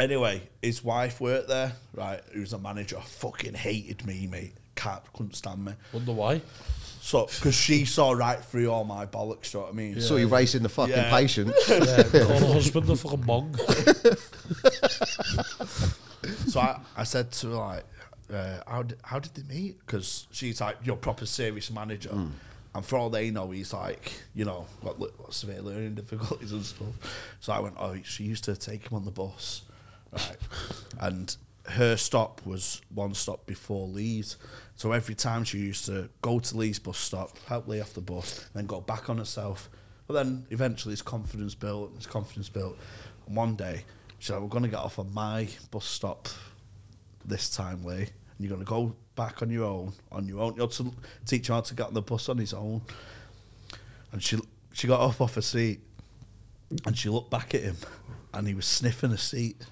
Speaker 1: Anyway, his wife worked there, right, who's a manager. Fucking hated me, mate. Can't, couldn't stand me.
Speaker 3: Wonder why?
Speaker 1: So, because she saw right through all my bollocks, you know what I mean?
Speaker 5: Saw you racing the fucking
Speaker 1: Yeah.
Speaker 5: patient.
Speaker 3: Yeah, call the husband a fucking mong.
Speaker 1: So I, I said to her, like, uh, how, did, how did they meet? Because she's like, your proper service manager. And for all they know, he's like, you know, got li- got severe learning difficulties and stuff. So I went, oh, she used to take him on the bus. Right. and her stop was one stop before Lee's. So every time she used to go to Lee's bus stop, help Lee off the bus, then go back on herself. But then eventually his confidence built, his confidence built. And one day, she said, we're going to get off on my bus stop this time, Lee. And you're going to go back on your own, on your own. You're to teach him how to get on the bus on his own. And she she got up off her seat and she looked back at him and he was sniffing a seat.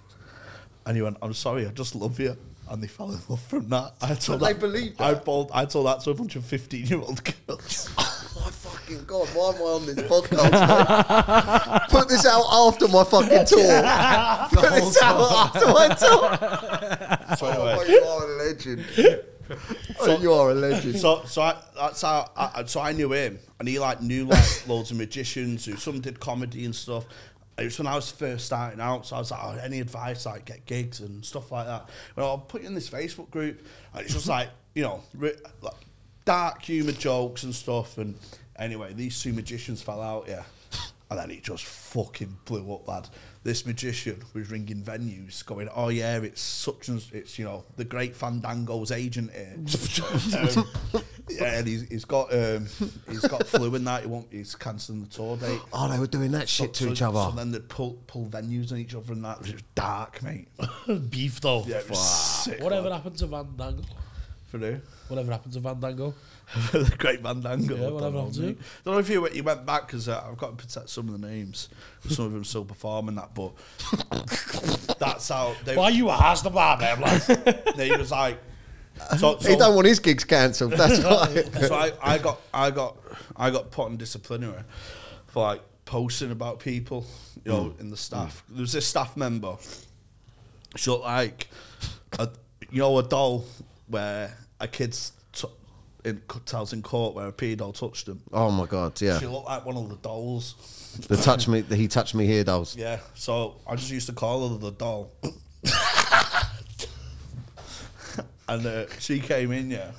Speaker 1: And he went, I'm sorry, I just love you. And they fell in love from that. I told
Speaker 5: They
Speaker 1: that,
Speaker 5: believed
Speaker 1: I
Speaker 5: that?
Speaker 1: told, I told that to a bunch of 15 year old girls.
Speaker 5: Oh, my fucking god! Why am I on this podcast? mate? Put this out after my fucking talk. Put this out after my talk.
Speaker 1: so
Speaker 5: Oh,
Speaker 1: anyway,
Speaker 5: mate, you are a legend. Oh, you are a legend.
Speaker 1: so, so I, that's how I, I- so I knew him, and he like knew like loads of magicians who some did comedy and stuff. It was when I was first starting out, so I was like, oh, any advice, like get gigs and stuff like that. Well, I'll put you in this Facebook group, and it's just like you know, ri- like, dark humor jokes and stuff. And anyway, these two magicians fell out, yeah, and then it just fucking blew up, lad. This magician was ringing venues, going, "Oh yeah, it's such and it's you know the great Fandango's agent here." um, yeah, and he's, he's got um, he's got flu and that. He won't. He's cancelling the tour date.
Speaker 5: Oh, they were doing that shit to
Speaker 1: So-
Speaker 5: each other.
Speaker 1: So then they'd pull pull venues on each other and that. It was dark, mate.
Speaker 3: Beef though.
Speaker 1: Yeah, it was sick.
Speaker 3: Whatever happened to Van Dango?
Speaker 1: for who?
Speaker 3: Whatever happened to Van Dango?
Speaker 1: the great Fandango.
Speaker 3: Yeah, whatever
Speaker 1: I
Speaker 3: I'll
Speaker 1: don't
Speaker 3: do.
Speaker 1: know, mate. Don't know if you went, you went back because uh, I've got to protect some of the names. Some of them still performing that, but that's how they.
Speaker 3: Why you has the bar there, lad?
Speaker 1: They was like. So,
Speaker 5: He
Speaker 1: so,
Speaker 5: don't want his gigs cancelled. That's why.
Speaker 1: so I, I got I got I got put on disciplinary for like posting about people, you know,
Speaker 5: Hmm.
Speaker 1: in the staff. There was this staff member. She looked like a, you know a doll where a kid's t- in tells in court where a pedo touched him.
Speaker 5: Oh my god! Yeah,
Speaker 1: She looked like one of the dolls.
Speaker 5: the touch me. He touched me here, dolls.
Speaker 1: Yeah. So I just used to call her the doll. and uh, she came in, yeah.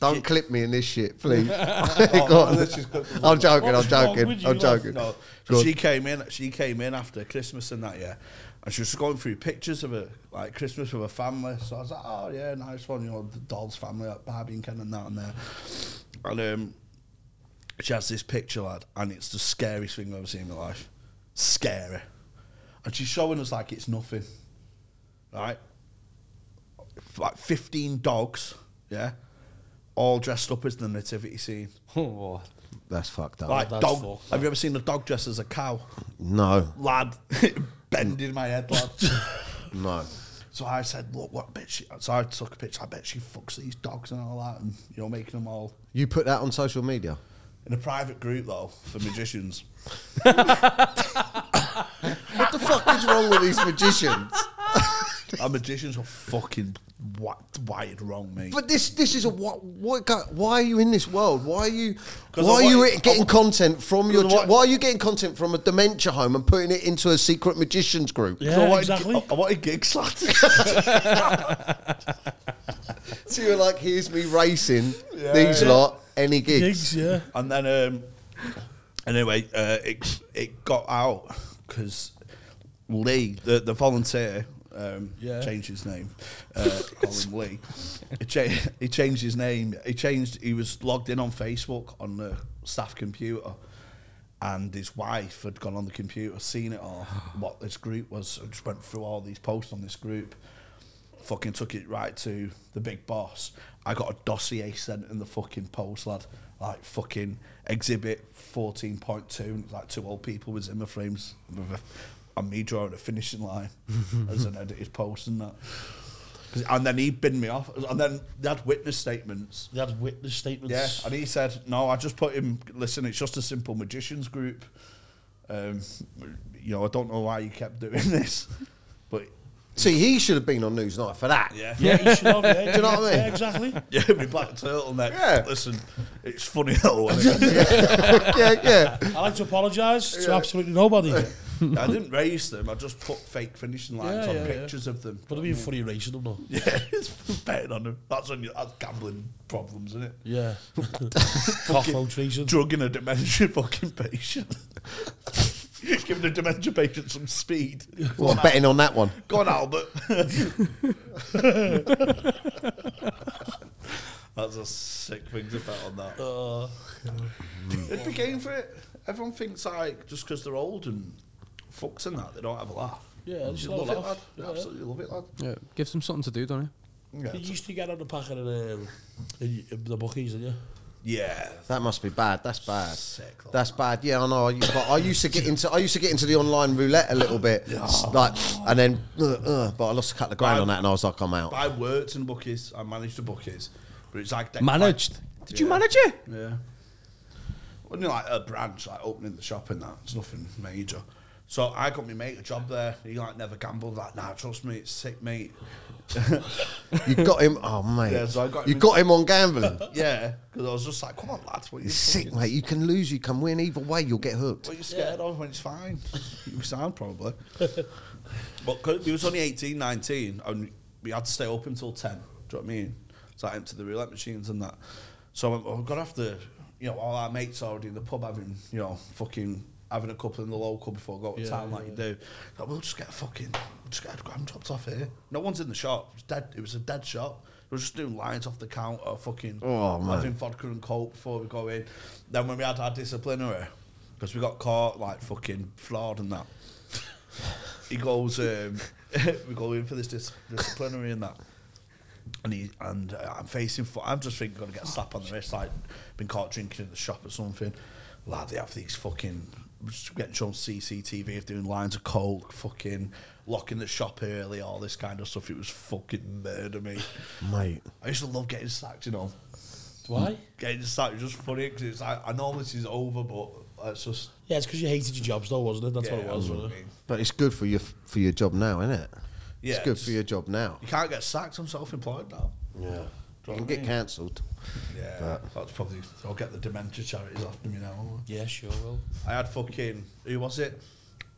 Speaker 5: Don't clip me in this shit, please. Go
Speaker 1: Oh,
Speaker 5: on.
Speaker 1: let's just clip this
Speaker 5: I'm joking. I'm
Speaker 3: What's wrong
Speaker 5: joking.
Speaker 3: with you,
Speaker 5: I'm
Speaker 3: love?
Speaker 5: joking.
Speaker 1: No,
Speaker 5: Go
Speaker 1: so
Speaker 5: on.
Speaker 1: she came in. She came in after Christmas and that, yeah. And she was going through pictures of her like Christmas with her family. So I was like, oh yeah, nice one. You know, the doll's family, like Barbie and Ken and that and there. And um, she has this picture, lad, and it's the scariest thing I've ever seen in my life. Scary. And she's showing us like it's nothing, right? F- Like fifteen dogs, yeah, all dressed up as the nativity scene.
Speaker 2: Oh,
Speaker 5: That's fucked up.
Speaker 1: Like
Speaker 3: that's
Speaker 1: dog.
Speaker 3: fucked,
Speaker 1: have you ever seen a dog dressed as a cow?
Speaker 5: No,
Speaker 1: lad bending my head, lad.
Speaker 5: no.
Speaker 1: so I said, look, what bitch? She, so I took a picture. I bet she fucks these dogs and all that, and you know, making them all
Speaker 5: You put that on social media.
Speaker 1: in a private group though for magicians.
Speaker 5: What the fuck is wrong with these magicians?
Speaker 1: Our magicians are fucking wi- wired wrong, mate.
Speaker 5: But this this is a what what go- why are you in this world? Why are you
Speaker 1: 'Cause
Speaker 5: why
Speaker 1: I
Speaker 5: are you
Speaker 1: want-
Speaker 5: getting content from your
Speaker 1: I
Speaker 5: ch-
Speaker 1: want-
Speaker 5: why are you getting content from a dementia home and putting it into a secret magicians group?
Speaker 3: Yeah,
Speaker 1: I wanted,
Speaker 3: exactly.
Speaker 1: I wanted gigs, lad.
Speaker 5: So you're like, here's me racing
Speaker 1: Yeah.
Speaker 5: these
Speaker 1: Yeah.
Speaker 5: lot any gigs.
Speaker 3: Gigs, yeah.
Speaker 1: and then, um, anyway, uh, it it got out because Lee, the the volunteer. Um,
Speaker 3: Yeah.
Speaker 1: changed his name. Uh, call him Lee. He, cha- he changed his name. He changed. He was logged in on Facebook on the staff computer, and his wife had gone on the computer, seen it all, what this group was. So just went through all these posts on this group. Fucking took it right to the big boss. I got a dossier sent in the fucking post, lad. Like fucking exhibit fourteen point two, and it was like two old people with Zimmer frames, with a- and me drawing a finishing line as an edited post and that. 'Cause- And then he binned me off, and then they had witness statements.
Speaker 3: They had witness statements.
Speaker 1: Yeah, and he said, "No, I just put him. Listen, it's just a simple magicians group. Um, you know, I don't know why you kept doing this, but
Speaker 5: See, he should have been on Newsnight for that.
Speaker 1: yeah,
Speaker 3: yeah, you should have, yeah.
Speaker 5: you know what I mean?
Speaker 3: Yeah, exactly.
Speaker 1: yeah, my black turtleneck.
Speaker 5: Yeah.
Speaker 1: Listen, it's funny though. isn't it?
Speaker 5: yeah, yeah.
Speaker 3: I like to apologise to absolutely nobody. But
Speaker 1: I didn't raise them. I just put fake finishing lines
Speaker 3: Yeah,
Speaker 1: on
Speaker 3: yeah, yeah.
Speaker 1: pictures of them.
Speaker 3: it'd be funny racing them, though.
Speaker 1: yeah, it's betting on them. That's on your, that's gambling problems, isn't it?
Speaker 3: Yeah. Cockroach racing.
Speaker 1: drugging a dementia fucking patient. Giving a dementia patient some speed.
Speaker 5: Well, I'm betting on that one.
Speaker 1: Go on, Albert. That's a sick thing to bet on that.
Speaker 3: Uh,
Speaker 1: They'd be game for it. Everyone thinks, like, just because they're old and fucked and that, they don't have a laugh.
Speaker 3: Yeah,
Speaker 1: You
Speaker 3: just
Speaker 1: should
Speaker 3: have a
Speaker 1: love it,
Speaker 3: laugh.
Speaker 1: lad. You
Speaker 3: Yeah.
Speaker 1: absolutely love it, lad.
Speaker 2: yeah. Gives them something to do, don't it?
Speaker 1: Yeah.
Speaker 3: you used to get on the packet in, um, in, in the bookies, didn't you?
Speaker 5: Hmm.
Speaker 1: yeah.
Speaker 5: That must be bad. That's bad.
Speaker 1: Sick, though.
Speaker 5: That's bad. Yeah, I know. I used, but I used to get into I used to get into the online roulette a little bit, s- like, and then, uh, uh, but I lost a couple of grand on that, and I was like, I'm
Speaker 1: But
Speaker 5: out.
Speaker 1: I worked in bookies. I managed the bookies. But it's like...
Speaker 2: Managed. Did you
Speaker 1: Yeah.
Speaker 2: manage it?
Speaker 1: Yeah. Wasn't it like a branch, like opening the shop and that? It's nothing major. So I got my mate a job there. He like never gambled. Like, nah, trust me, it's sick, mate.
Speaker 5: You got him. Oh mate,
Speaker 1: Yeah, so I got him
Speaker 5: you
Speaker 1: in-
Speaker 5: got him on gambling.
Speaker 1: yeah, because I was just like, come on, lads, what are you,
Speaker 5: It's sick,
Speaker 1: fucking-
Speaker 5: mate. You can lose, you can win. Either way, you'll get hooked.
Speaker 1: What are you scared of when it's fine? You sound probably. but 'cause he was only 18, 19, and we had to stay open until 10. Do you know what I mean? So I emptied the roulette machines and that. So I went, well, I've got after, you know, all our mates already in the pub having, you know, fucking having a couple in the local before I go to
Speaker 3: Yeah,
Speaker 1: town like
Speaker 3: yeah.
Speaker 1: you do. Like, we'll just get a fucking, we'll just get a gram dropped off here. No one's in the shop. It was dead. It was a dead shop. We were just doing lines off the counter, fucking
Speaker 5: Oh, man.
Speaker 1: having vodka and coke before we go in. Then when we had our disciplinary, because we got caught like fucking fraud and that. he goes, um, we go in for this dis- disciplinary and that. And he and uh, I'm facing. For, I'm just thinking, gonna get a slap on the wrist. Like been caught drinking in the shop or something. Like they have these fucking getting shown CCTV of doing lines of coke, fucking locking the shop early, all this kind of stuff. It was fucking murder me.
Speaker 5: Mate,
Speaker 1: I used to love getting sacked, you know.
Speaker 3: Why?
Speaker 1: Getting sacked was just funny because it's like I know this is over, but it's just
Speaker 3: Yeah, it's because you hated your jobs, though, wasn't it? That's
Speaker 1: yeah,
Speaker 3: what it was,
Speaker 1: that's what I
Speaker 3: wasn't it?
Speaker 1: mean.
Speaker 5: but it's good for your for your job now, isn't it?
Speaker 1: Yeah,
Speaker 5: it's good
Speaker 1: it's-
Speaker 5: for your job now.
Speaker 1: You can't get sacked. I'm self-employed now.
Speaker 5: Yeah,
Speaker 1: Do
Speaker 5: you
Speaker 1: you know
Speaker 5: can
Speaker 1: what I
Speaker 5: get
Speaker 1: mean?
Speaker 5: cancelled.
Speaker 1: Yeah, that's probably. I'll get the dementia charities after me now. won't I?
Speaker 3: Yeah, sure will.
Speaker 1: I had fucking who was it?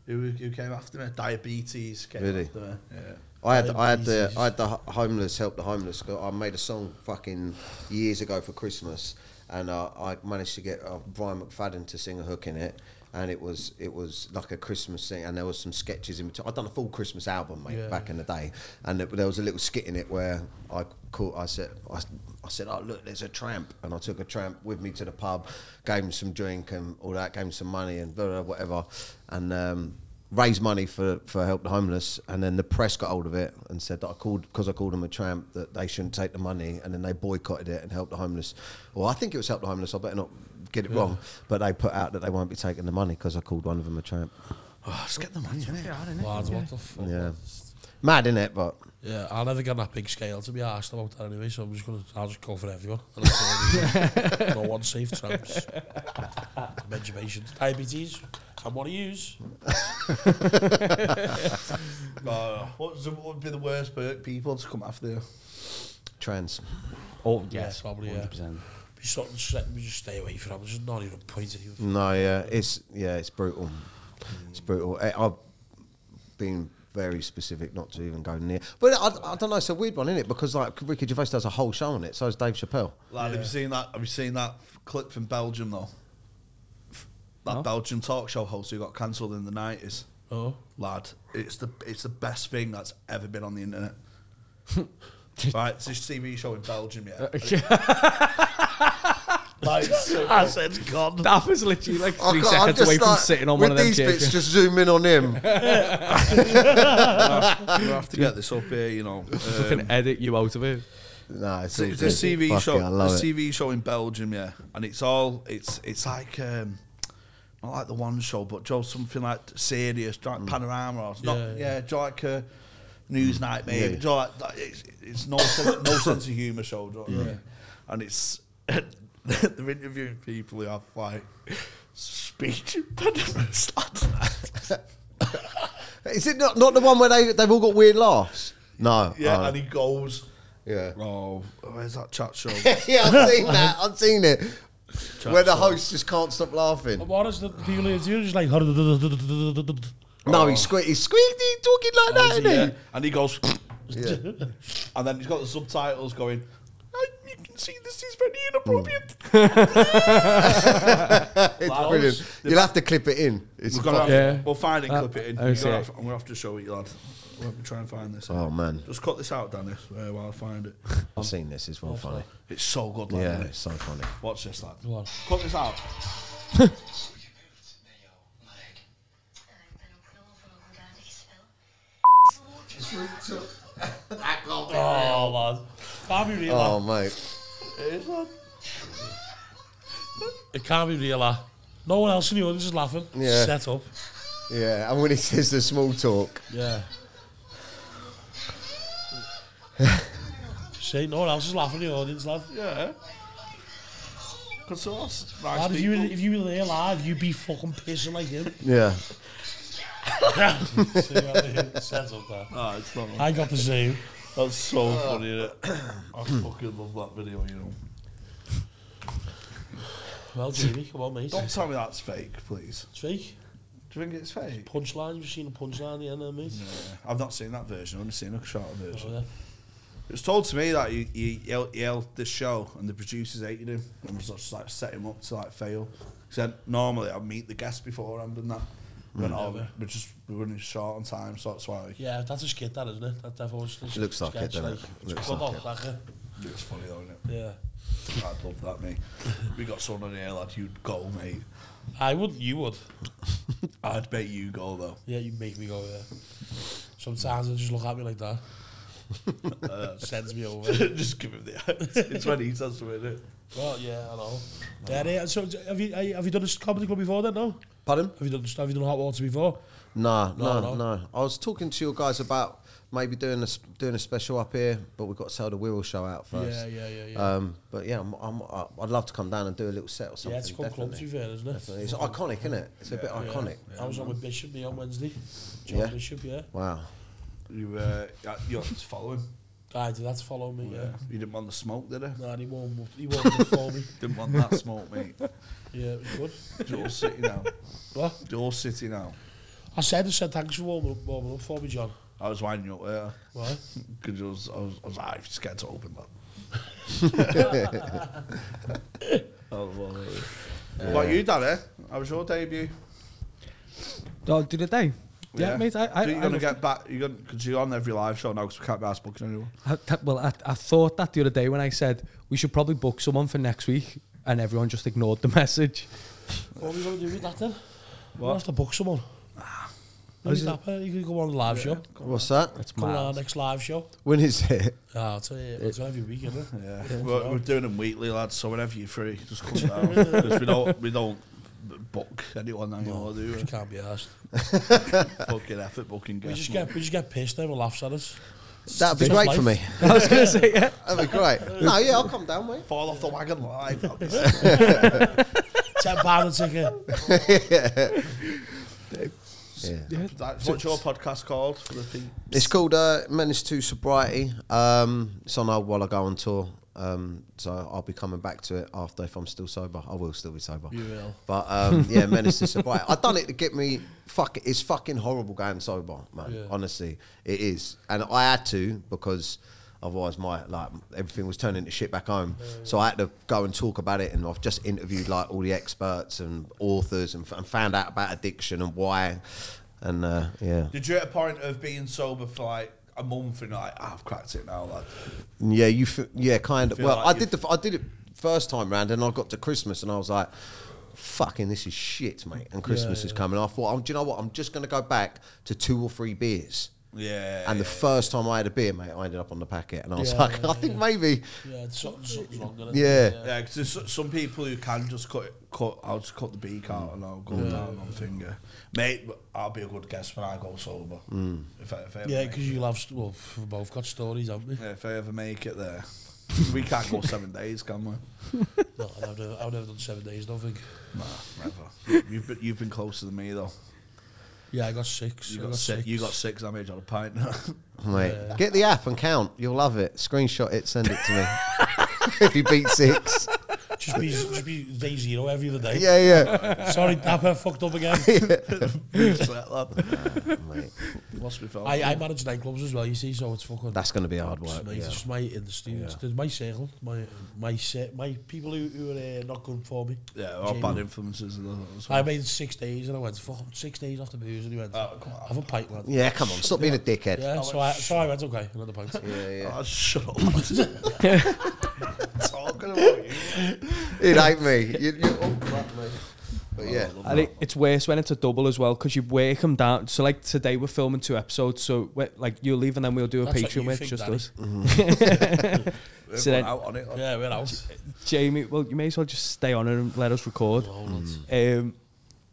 Speaker 1: Who, who came after me? Diabetes came
Speaker 5: Really?
Speaker 1: after me. Yeah.
Speaker 5: I had I had the I had the ho- homeless help the homeless. go- I made a song fucking years ago for Christmas, and uh, I managed to get uh, Brian McFadden to sing a hook in it. And it was it was like a Christmas thing, and there was some sketches in between. I'd done a full Christmas album, mate,
Speaker 3: Yeah,
Speaker 5: back in the day, and it, there was a little skit in it where I caught. I said, I, I said, oh look, there's a tramp, and I took a tramp with me to the pub, gave him some drink and all that, gave him some money and blah, blah, whatever, and um, raised money for, for help the homeless. And then the press got hold of it and said that I called because I called him a tramp that they shouldn't take the money, and then they boycotted it and helped the homeless. Well, I think it was help the homeless. I better not get it wrong, but they put out that they won't be taking the money because I called one of them a tramp.
Speaker 1: Oh, let's get the money, innit?
Speaker 3: Lads, what the fuck?
Speaker 5: Yeah, mad in it, but.
Speaker 3: Yeah, I'll never get on that big scale to be asked about that anyway, so I'm just gonna I'll just go for everyone. And I'll say, no one safe tramps. Menstruation, diabetes, and what do you use?
Speaker 1: Oh, what's the- what would be the worst per- people to come after you?
Speaker 5: Trans.
Speaker 2: Oh,
Speaker 3: yes, probably, yeah.
Speaker 2: 100%.
Speaker 3: Be sort of set, we just stay away from. it. There's not even a point in even.
Speaker 5: No, yeah, it's yeah, it's brutal. It's brutal. I, I've been very specific not to even go near. But I, I don't know. It's a weird one, isn't it? Because like Ricky Gervais does a whole show on it. So is Dave Chappelle.
Speaker 1: Lad, have you seen that? Have you seen that clip from Belgium though? F- That
Speaker 2: No.
Speaker 1: Belgian talk show host who got cancelled in the nineties.
Speaker 3: Oh,
Speaker 1: Lad, it's the it's the best thing that's ever been on the internet. right, it's this TV show in Belgium, yeah. like, I said, God,
Speaker 2: That was literally like three
Speaker 5: can't-
Speaker 2: seconds away from
Speaker 5: like-
Speaker 2: sitting on
Speaker 5: with
Speaker 2: one of them
Speaker 5: these
Speaker 2: chairs.
Speaker 5: bits. Just zoom in on him.
Speaker 1: we have to get this up here, you know. Um,
Speaker 2: Fucking edit you out of it.
Speaker 5: no, it's all
Speaker 1: It's a
Speaker 5: good.
Speaker 1: CV
Speaker 5: Fucking,
Speaker 1: show,
Speaker 5: I
Speaker 1: a
Speaker 5: love it.
Speaker 1: CV show in Belgium, yeah, and it's all it's it's like um, not like the one show, but Joe something like serious, like
Speaker 5: Mm.
Speaker 1: Panorama, or not, yeah,
Speaker 3: Yeah,
Speaker 1: Joe like uh, Newsnight maybe,
Speaker 5: Yeah.
Speaker 1: Joe like, like, it's, it's no sen- no sense of humour show, do you know what I mean? and it's they're interviewing people who have like speech impediments.
Speaker 5: Oh. Is it not not the one where they they've all got weird laughs? No.
Speaker 1: yeah,
Speaker 5: oh,
Speaker 1: and he goes,
Speaker 5: yeah.
Speaker 1: oh, where's that chat show?
Speaker 5: yeah, I've seen that. I've seen it. Where the
Speaker 1: show.
Speaker 5: host just can't stop laughing.
Speaker 3: but what is the people who do just like? Yeah,
Speaker 2: Oh,
Speaker 5: No, he's squeaky, he's squeaky, talking like that, isn't he?
Speaker 1: Yeah, and he goes.
Speaker 5: Yeah.
Speaker 1: And then he's got the subtitles going, "I- you can see this is very inappropriate.
Speaker 5: It's
Speaker 1: Laos.
Speaker 5: brilliant.
Speaker 1: The-
Speaker 5: You'll have to clip it in. It's
Speaker 1: We're gonna have,
Speaker 5: fucking-
Speaker 2: Yeah.
Speaker 1: We'll find it,
Speaker 2: Uh,
Speaker 1: clip it in.
Speaker 2: I
Speaker 1: You're
Speaker 2: see.
Speaker 1: gonna have- I'm going to have to show it, you lad. Let me try and find this.
Speaker 5: oh man,
Speaker 1: Just cut this out, Dennis, uh, while I find it.
Speaker 5: I've seen this. It's
Speaker 3: Oh,
Speaker 5: well funny.
Speaker 1: It's so good, lad.
Speaker 5: Yeah,
Speaker 1: isn't
Speaker 5: it's
Speaker 1: it?
Speaker 5: so funny.
Speaker 1: Watch this, lad.
Speaker 3: Go on.
Speaker 1: Cut this out.
Speaker 6: Je wilt met jouw lijk.
Speaker 7: En ik ben ook dol voor een hoedanig spel.
Speaker 3: Oh man, can't be real.
Speaker 5: Oh
Speaker 3: Oh.
Speaker 5: mate,
Speaker 3: It can't be real. That. No one else in the audience is laughing.
Speaker 5: Yeah.
Speaker 3: Set up.
Speaker 5: yeah. And when he says the small talk,
Speaker 3: Yeah. See, no one else Nou, is laughing in the audience, lad.
Speaker 1: Yeah. Good sauce. Nice
Speaker 3: Lad, if you,
Speaker 1: people.
Speaker 3: were, if you were there live, you'd be fucking pissing like him.
Speaker 5: yeah,
Speaker 3: See what I mean? Set up there.
Speaker 1: Ah, it's not.
Speaker 3: I got the zoo.
Speaker 1: That's so funny, innit? I fucking love that video, you know.
Speaker 3: Well, Jamie, come on, mate.
Speaker 1: Don't tell me that's fake, please.
Speaker 3: It's fake.
Speaker 1: Do you think it's fake?
Speaker 3: Punchline, you've seen a punchline at the end there, mate.
Speaker 1: I've not seen that version. I've only seen a shorter version.
Speaker 3: Oh, yeah.
Speaker 1: It was told to me that he, he, yelled, he yelled this show and the producers hated him and was just like set him up to like fail. He said normally I'd meet the guests beforehand and that. Went
Speaker 3: Mm.
Speaker 1: over. We're just we're running short on time, so that's why
Speaker 3: yeah, that's a skit, that, isn't it? That definitely
Speaker 5: It looks like it, doesn't it?
Speaker 3: Looks
Speaker 5: Looks like
Speaker 3: like, like it.
Speaker 1: it's funny though, isn't
Speaker 3: Yeah.
Speaker 1: it? I'd love that, mate. We got someone on here, lad. You'd go, mate.
Speaker 3: I would, you would.
Speaker 1: I'd bet you go though.
Speaker 3: Yeah, you make me go there. Sometimes they just look at dus me like that. uh, sends me over.
Speaker 1: just give him the. it's when he says something. innit?
Speaker 3: Well, yeah, I know. Yeah, yeah, so have you have you- have you done a comedy club before then? No.
Speaker 5: pardon?
Speaker 3: Have you done have you done hot water before?
Speaker 5: No, no,
Speaker 3: No,
Speaker 5: no, I was talking to you guys about maybe doing a s- doing a special up here, but we've got to sell the Wirral show out first.
Speaker 3: Yeah, yeah, yeah, yeah.
Speaker 5: Um, but yeah, I'm, I'm, I- I'd love to come down and do a little set or something.
Speaker 3: yeah, it's called club to be
Speaker 5: definitely.
Speaker 3: fair, isn't it?
Speaker 5: It's iconic, isn't it? It's a bit
Speaker 3: Yeah.
Speaker 5: iconic.
Speaker 3: I was on with Bishop me on Wednesday. John
Speaker 5: Yeah.
Speaker 3: Bishop, yeah.
Speaker 5: Wow.
Speaker 1: You uh, you have to follow him.
Speaker 3: I Ah, did that to follow me, yeah.
Speaker 1: You didn't want the smoke, did you?
Speaker 3: Nah, he warmed up he warmed up for me.
Speaker 1: Didn't want that smoke, mate.
Speaker 3: Yeah, it was good.
Speaker 1: Your city now.
Speaker 3: What?
Speaker 1: Your city now.
Speaker 3: I said I said thanks for warming up warming up for me, John.
Speaker 1: I was winding you up there.
Speaker 3: Why?
Speaker 1: Because I was, I was, I was like, "Ah, just get to open that. oh, well, uh, what you done, eh? How was your debut?
Speaker 2: Oh, did it they? Yeah,
Speaker 1: Yeah.
Speaker 2: mate. I, I,
Speaker 1: So you're
Speaker 2: I
Speaker 1: gonna
Speaker 2: loved
Speaker 1: get back. You're gonna because you're on every live show now because we can't be asked booking anyone.
Speaker 2: I, that, well, I, I thought that the other day when I said we should probably book someone for next week, and everyone just ignored the message.
Speaker 3: What are we going to do with that then? We'll have to book someone. Ah. Maybe Dapper, you could go on a live show.
Speaker 5: What's that?
Speaker 3: Come on our next live show.
Speaker 5: When is it?
Speaker 3: Ah, I'll tell you, it's every week, isn't it?
Speaker 1: Yeah, we're, we're doing them weekly, lads. So whenever you're free, just come down 'Cause we don't we don't b- book anyone anymore. Do we?
Speaker 3: Just can't be asked.
Speaker 1: fucking effort booking
Speaker 3: We
Speaker 1: guests.
Speaker 3: just get we just get pissed. Everyone laughs at us.
Speaker 5: That'd be
Speaker 3: Just
Speaker 5: great
Speaker 3: life.
Speaker 5: for me.
Speaker 2: I was going to say, yeah.
Speaker 5: That'd be great. No, yeah, I'll come down, mate.
Speaker 1: fall off the wagon live. That'd be
Speaker 3: Ten pound a ticket.
Speaker 5: Yeah.
Speaker 1: That's what's your podcast called for the thing?
Speaker 5: It's called uh, Menace to Sobriety. Um, it's on old while I go on tour. Um, so I'll be coming back to it after if I'm still sober. I will still be sober.
Speaker 3: You will.
Speaker 5: But um, yeah, Menace to Sobriety. I've done it to get me. Fuck It's fucking horrible going sober, man.
Speaker 3: Yeah.
Speaker 5: Honestly, it is. And I had to because otherwise my like everything was turning to shit back home. So I had to go and talk about it. And I've just interviewed like all the experts and authors and, f- and found out about addiction and why. And uh, yeah.
Speaker 1: Did you at a point of being sober for like a month and like "Ah, I've cracked it now, lad?
Speaker 5: Yeah, you. F- yeah, kind of.
Speaker 1: feel
Speaker 5: Well,
Speaker 1: like
Speaker 5: I
Speaker 1: you've-
Speaker 5: did the. f- I did it first time round, and I got to Christmas, and I was like, "Fucking, this is shit, mate." And Christmas is coming. I thought, oh, "Do you know what? I'm just going to go back to two or three beers."
Speaker 1: Yeah.
Speaker 5: And the first time I had a beer, mate, I ended up on the packet, and I was
Speaker 3: Yeah,
Speaker 5: like,
Speaker 3: yeah,
Speaker 5: "I think maybe,
Speaker 3: Yeah, it's something, something's wrong. isn't it?
Speaker 5: yeah."
Speaker 1: yeah, because there's so- some people who can just cut it- cut. I'll just cut the beak out and I'll go down on finger. Mate, I'll be a good guest when I go sober.
Speaker 5: Mm.
Speaker 1: If I, if I ever
Speaker 3: Yeah,
Speaker 1: make
Speaker 3: because
Speaker 1: it.
Speaker 3: you have well, f- we've both got stories, haven't we?
Speaker 1: Yeah, if I ever make it there, we can't go seven days, can we?
Speaker 3: No, I've never, I've never done seven days. Don't think.
Speaker 1: Nah, never. You've been, you've been closer than me though.
Speaker 3: Yeah, I got six.
Speaker 1: You
Speaker 3: I
Speaker 1: got, six. You got six. I'm age on a pint.
Speaker 5: Mate, get the app and count. You'll love it. Screenshot it. Send it to me. if you beat six,
Speaker 3: Just be, just be day zero every other day.
Speaker 5: yeah, yeah.
Speaker 3: Sorry, Dapper, fucked up again.
Speaker 5: Mate,
Speaker 1: Must be felt.
Speaker 3: I, I manage nightclubs as well, you see, so it's fucking...
Speaker 5: that's going to be hard
Speaker 3: it's,
Speaker 5: work.
Speaker 3: mate,
Speaker 5: Yeah.
Speaker 3: it's just my industry. It's, it's my circle. My my se- my people who, who are uh, not good for me.
Speaker 1: yeah, all bad influences. and all that sort
Speaker 3: I
Speaker 1: of-
Speaker 3: made it six days and I went, fuck, I'm six days after booze. And he went,
Speaker 1: Oh, come on.
Speaker 3: have a pint, lad.
Speaker 5: yeah, come on, stop being a dickhead.
Speaker 3: Yeah, so, I, so I went, okay, another pint.
Speaker 5: yeah. yeah.
Speaker 1: Oh, shut up. Talking about you.
Speaker 5: It ain't me. You, you, oh, fuck me. But yeah.
Speaker 2: And it, it's worse when it's a double as well because you work them down. So like today we're filming two episodes. So we- like you leave and then we'll do a
Speaker 3: That's what
Speaker 2: Patreon
Speaker 3: you
Speaker 2: with
Speaker 3: think,
Speaker 2: just
Speaker 3: Danny.
Speaker 2: us.
Speaker 1: We're
Speaker 2: So then-
Speaker 1: out on it. Like,
Speaker 3: Yeah, we're out.
Speaker 2: Jamie, well you may as well just stay on and let us record. Um,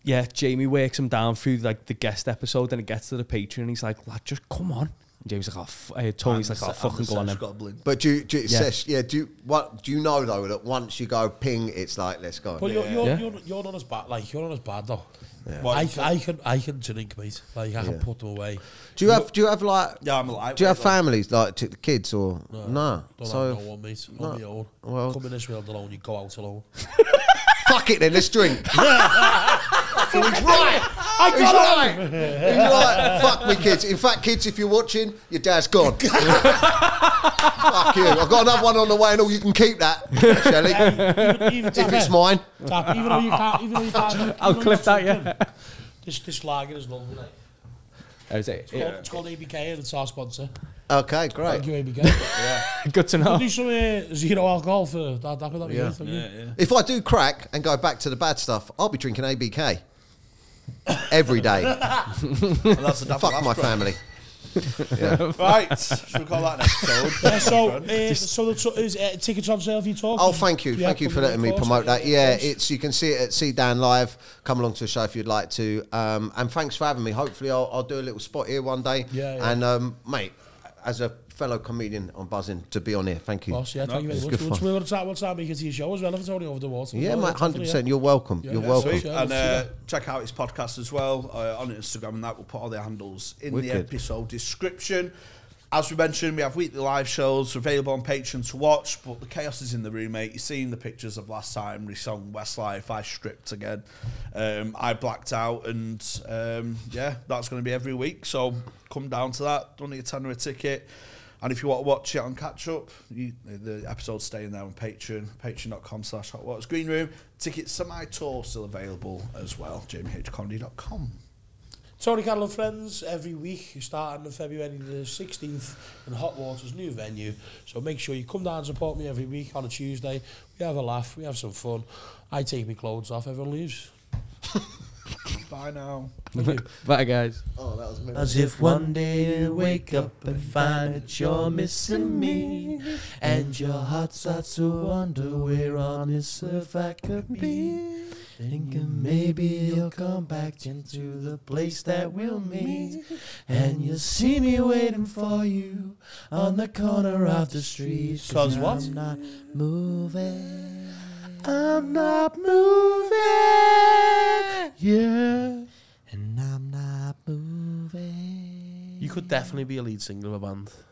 Speaker 2: yeah, Jamie works him down through like the guest episode, and it gets to the Patreon. And he's like, "Lad, just come on." And Jamie's like, "Oh, f-, uh, Tony's like, oh, fucking go on." Then.
Speaker 1: Goblin.
Speaker 5: But do you, do you,
Speaker 2: Yeah.
Speaker 5: Sesh, yeah. Do you, what do you know though that once you go ping, it's like let's go.
Speaker 3: Well, you're, you're,
Speaker 2: Yeah.
Speaker 3: you're, you're not as bad, like, you're not as bad, though.
Speaker 1: What,
Speaker 3: I,
Speaker 1: you
Speaker 3: I can I can drink, mate. Like, I can
Speaker 5: Yeah.
Speaker 3: put them away.
Speaker 5: do you have do you have like
Speaker 1: Yeah, I'm alive.
Speaker 5: do you have families like t- kids or no?
Speaker 3: Don't
Speaker 5: So
Speaker 3: have no one, mate. On your own.
Speaker 5: Well-
Speaker 3: Come in this world alone, you go out alone.
Speaker 5: fuck it then. Let's drink. so he's right. I got he's right. He's right. Fuck me, kids. In fact, kids, if you're watching, your dad's gone. fuck you. I've got another one on the way, and all you can keep that, Shelley,
Speaker 3: even, even
Speaker 5: if it's mine.
Speaker 3: Tap, even though you can't, even though you can't, even
Speaker 2: I'll
Speaker 3: though
Speaker 2: clip that.
Speaker 3: you're not
Speaker 2: Yeah.
Speaker 3: drinking, This this lager is lovely. Like.
Speaker 2: I was like,
Speaker 3: It's, called, it's called ABK and it's our sponsor.
Speaker 5: Okay,
Speaker 3: Thank
Speaker 5: great.
Speaker 3: you, ABK.
Speaker 2: good to know.
Speaker 3: Do some uh, zero alcohol for that. That would be yeah. great. Yeah, yeah.
Speaker 5: If I do crack and go back to the bad stuff, I'll be drinking ABK every day.
Speaker 1: that's a dapper
Speaker 5: Fuck
Speaker 1: laugh,
Speaker 5: my
Speaker 1: bro.
Speaker 5: family.
Speaker 1: Right. Should we call that an episode?
Speaker 3: so, uh, so the t- is, uh, tickets on sale if you talk.
Speaker 5: Oh, thank you,
Speaker 3: Yeah,
Speaker 5: thank you for
Speaker 3: come
Speaker 5: letting
Speaker 3: in,
Speaker 5: me
Speaker 3: of course.
Speaker 5: promote that. Yeah,
Speaker 3: of course.
Speaker 5: it's you can see it at See Dan Live. Come along to a show if you'd like to. Um, and thanks for having me. Hopefully, I'll, I'll do a little spot here one day.
Speaker 3: Yeah, yeah.
Speaker 5: And um, mate, as a fellow comedian, I'm buzzing to be on here. Thank you.
Speaker 3: Boss, yeah, thank you
Speaker 5: it's
Speaker 3: very
Speaker 5: good
Speaker 3: much. We'll,
Speaker 5: fun.
Speaker 3: we'll, try, we'll try and make it to your show as well if it's only over the water.
Speaker 5: Yeah,
Speaker 3: Well,
Speaker 5: mate, hundred
Speaker 3: definitely,
Speaker 5: percent. You're welcome. You're
Speaker 3: yeah,
Speaker 5: welcome.
Speaker 1: Sweet.
Speaker 3: Sure, we'll
Speaker 1: And
Speaker 3: see
Speaker 1: uh,
Speaker 3: you.
Speaker 1: check out his podcast as well uh, on Instagram and that. We'll put all their handles in the
Speaker 5: Wicked.
Speaker 1: episode description. As we mentioned, we have weekly live shows available on Patreon to watch, but the chaos is in the room, mate. You've seen the pictures of last time we sung Westlife. I stripped again. Um, I blacked out, and um, yeah, that's going to be every week. So come down to that. Don't need a tenner a ticket. And if you want to watch it on catch up, you, the episode's staying there on Patreon, patreon.com slash Hot Waters Green Room. Tickets to my tour still available as well, jamiehcomedy.com.
Speaker 3: Tony Candle and Friends every week, starting on February the 16th in Hot Water's new venue. So make sure you come down and support me every week on a Tuesday. We have a laugh, we have some fun. I take my clothes off, everyone leaves.
Speaker 1: Bye now.
Speaker 2: Bye, guys.
Speaker 8: As if one day you wake up and find that you're missing me, and your heart starts to wonder where on this earth I could be. Thinking maybe you'll come back into the place that we'll meet, and you'll see me waiting for you on the corner of the street.
Speaker 3: 'Cause what?
Speaker 8: I'm not moving. I'm not moving. Yeah. And I'm not moving.
Speaker 3: You could definitely be a lead singer of a band.